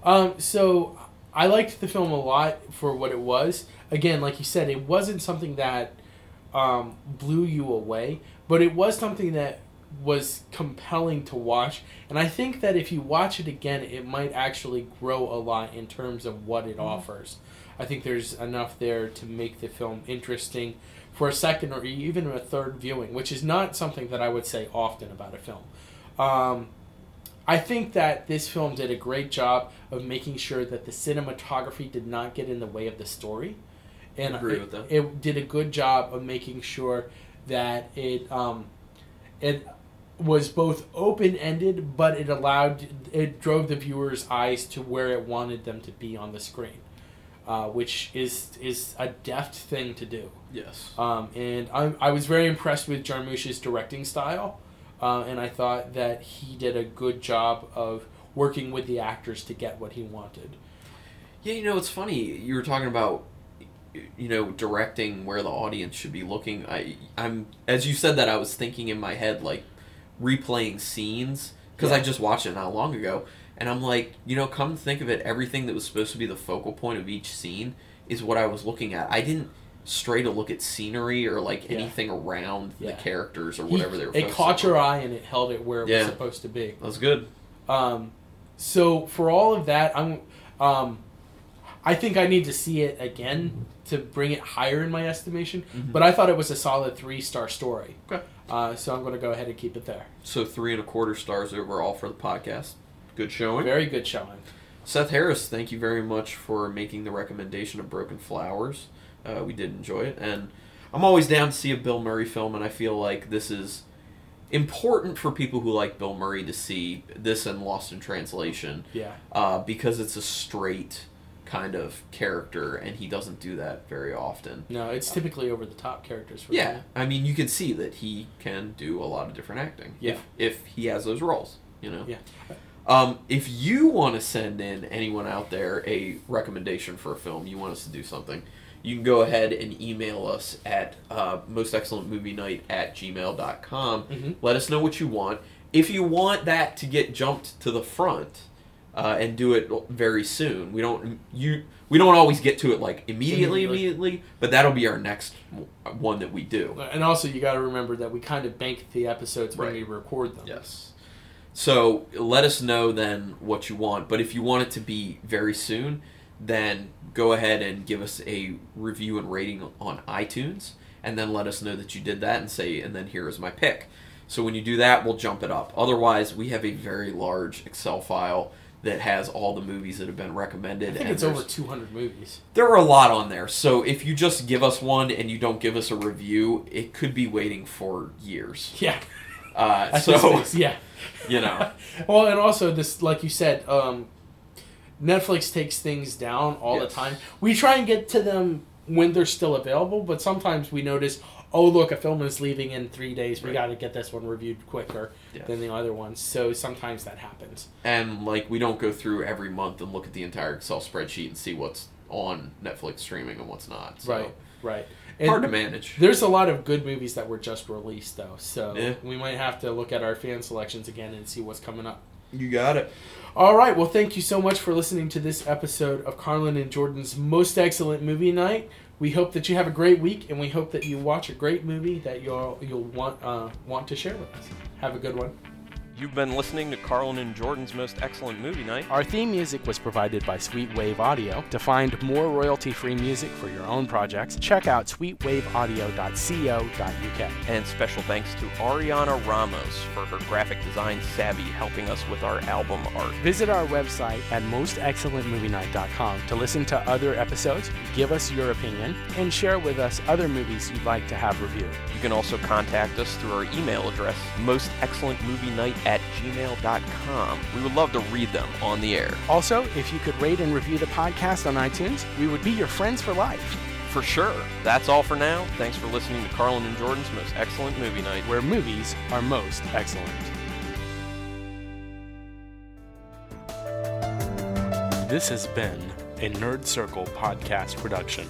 [SPEAKER 3] Um, so I liked the film a lot for what it was. Again, like you said, it wasn't something that um, blew you away, but it was something that was compelling to watch. And I think that if you watch it again, it might actually grow a lot in terms of what it offers. I think there's enough there to make the film interesting for a second or even a third viewing, which is not something that I would say often about a film. Um, I think that this film did a great job of making sure that the cinematography did not get in the way of the story, and
[SPEAKER 2] Agree
[SPEAKER 3] it,
[SPEAKER 2] with that.
[SPEAKER 3] it did a good job of making sure that it um, it was both open ended, but it allowed it drove the viewer's eyes to where it wanted them to be on the screen, uh, which is is a deft thing to do.
[SPEAKER 2] Yes.
[SPEAKER 3] Um, and I, I was very impressed with Jarmusch's directing style, uh, and I thought that he did a good job of working with the actors to get what he wanted.
[SPEAKER 2] Yeah, you know, it's funny. You were talking about, you know, directing where the audience should be looking. I, I'm as you said that, I was thinking in my head like replaying scenes because I
[SPEAKER 3] Yeah.
[SPEAKER 2] just watched it not long ago, and I'm like, you know, come to think of it, everything that was supposed to be the focal point of each scene is what I was looking at. I didn't stray to look at scenery or like
[SPEAKER 3] Yeah.
[SPEAKER 2] anything around the
[SPEAKER 3] Yeah.
[SPEAKER 2] characters or whatever
[SPEAKER 3] He-
[SPEAKER 2] they were.
[SPEAKER 3] it
[SPEAKER 2] focusing
[SPEAKER 3] caught your
[SPEAKER 2] on.
[SPEAKER 3] eye and it held it where it
[SPEAKER 2] Yeah.
[SPEAKER 3] was supposed to be.
[SPEAKER 2] That was good.
[SPEAKER 3] Um, so for all of that, I'm, um, I think I need to see it again to bring it higher in my estimation. But I thought it was a solid three star story.
[SPEAKER 2] Okay.
[SPEAKER 3] Uh, so I'm going to go ahead and keep it there.
[SPEAKER 2] So three and a quarter stars overall for the podcast. Good showing.
[SPEAKER 3] Very good showing.
[SPEAKER 2] Seth Harris, thank you very much for making the recommendation of Broken Flowers. Uh, we did enjoy it, and I'm always down to see a Bill Murray film, and I feel like this is important for people who like Bill Murray to see this and Lost in Translation
[SPEAKER 3] Yeah.
[SPEAKER 2] uh, because it's a straight kind of character, and he doesn't do that very often.
[SPEAKER 3] No, it's typically over the top characters. For
[SPEAKER 2] Yeah,
[SPEAKER 3] me.
[SPEAKER 2] I mean, you can see that he can do a lot of different acting.
[SPEAKER 3] Yeah.
[SPEAKER 2] If, if he has those roles, you know.
[SPEAKER 3] Yeah.
[SPEAKER 2] Um, if you want to send in anyone out there a recommendation for a film, you want us to do something, you can go ahead and email us at uh, mostexcellentmovienight at gmail.com.
[SPEAKER 3] Mhm.
[SPEAKER 2] Let us know what you want. If you want that to get jumped to the front uh, and do it very soon, we don't you we don't always get to it like immediately,
[SPEAKER 3] Immediately.
[SPEAKER 2] immediately, but that'll be our next w- one that we do.
[SPEAKER 3] And also, you got to remember that we kind of bank the episodes when
[SPEAKER 2] Right.
[SPEAKER 3] we record them.
[SPEAKER 2] Yes. So let us know then what you want. But if you want it to be very soon, then go ahead and give us a review and rating on iTunes, and then let us know that you did that and say, and then here is my pick. So when you do that, we'll jump it up. Otherwise, we have a very large Excel file that has all the movies that have been recommended.
[SPEAKER 3] I think
[SPEAKER 2] and
[SPEAKER 3] it's over
[SPEAKER 2] there's-
[SPEAKER 3] 200 movies.
[SPEAKER 2] there are a lot on there. So if you just give us one and you don't give us a review, it could be waiting for years.
[SPEAKER 3] Yeah.
[SPEAKER 2] Uh,
[SPEAKER 3] That's what
[SPEAKER 2] so
[SPEAKER 3] it is, yeah.
[SPEAKER 2] you know.
[SPEAKER 3] Well, and also this, like you said, um, Netflix takes things down all
[SPEAKER 2] Yes.
[SPEAKER 3] the time. We try and get to them when they're still available, but sometimes we notice, oh look, a film is leaving in three days. We
[SPEAKER 2] Right.
[SPEAKER 3] got to get this one reviewed quicker
[SPEAKER 2] Yes.
[SPEAKER 3] than the other ones. So sometimes that happens.
[SPEAKER 2] and like we don't go through every month and look at the entire Excel spreadsheet and see what's on Netflix streaming and what's not. So
[SPEAKER 3] Right. Right. And
[SPEAKER 2] Hard to manage.
[SPEAKER 3] There's a lot of good movies that were just released though, so
[SPEAKER 2] Yeah.
[SPEAKER 3] we might have to look at our fan selections again and see what's coming up.
[SPEAKER 2] You got it.
[SPEAKER 3] All right. Well, thank you so much for listening to this episode of Carlin and Jordan's Most Excellent Movie Night. We hope that you have a great week, and we hope that you watch a great movie that you'll you'll want uh, want to share with us. Have a good one.
[SPEAKER 4] You've been listening to Carlin and Jordan's Most Excellent Movie Night.
[SPEAKER 3] Our theme music was provided by Sweet Wave Audio. To find more royalty-free music for your own projects, check out sweetwaveaudio.co.uk.
[SPEAKER 4] And special thanks to Ariana Ramos for her graphic design savvy helping us with our album art.
[SPEAKER 3] Visit our website at mostexcellentmovienight.com to listen to other episodes, give us your opinion, and share with us other movies you'd like to have reviewed.
[SPEAKER 4] You can also contact us through our email address, mostexcellentmovienight at gmail.com. We would love to read them on the air.
[SPEAKER 3] Also, if you could rate and review the podcast on iTunes, we would be your friends for life,
[SPEAKER 4] For sure. That's all for now. Thanks for listening to Carlin and Jordan's Most Excellent Movie Night.
[SPEAKER 3] where movies are most excellent. This has been a Nerd Circle podcast production.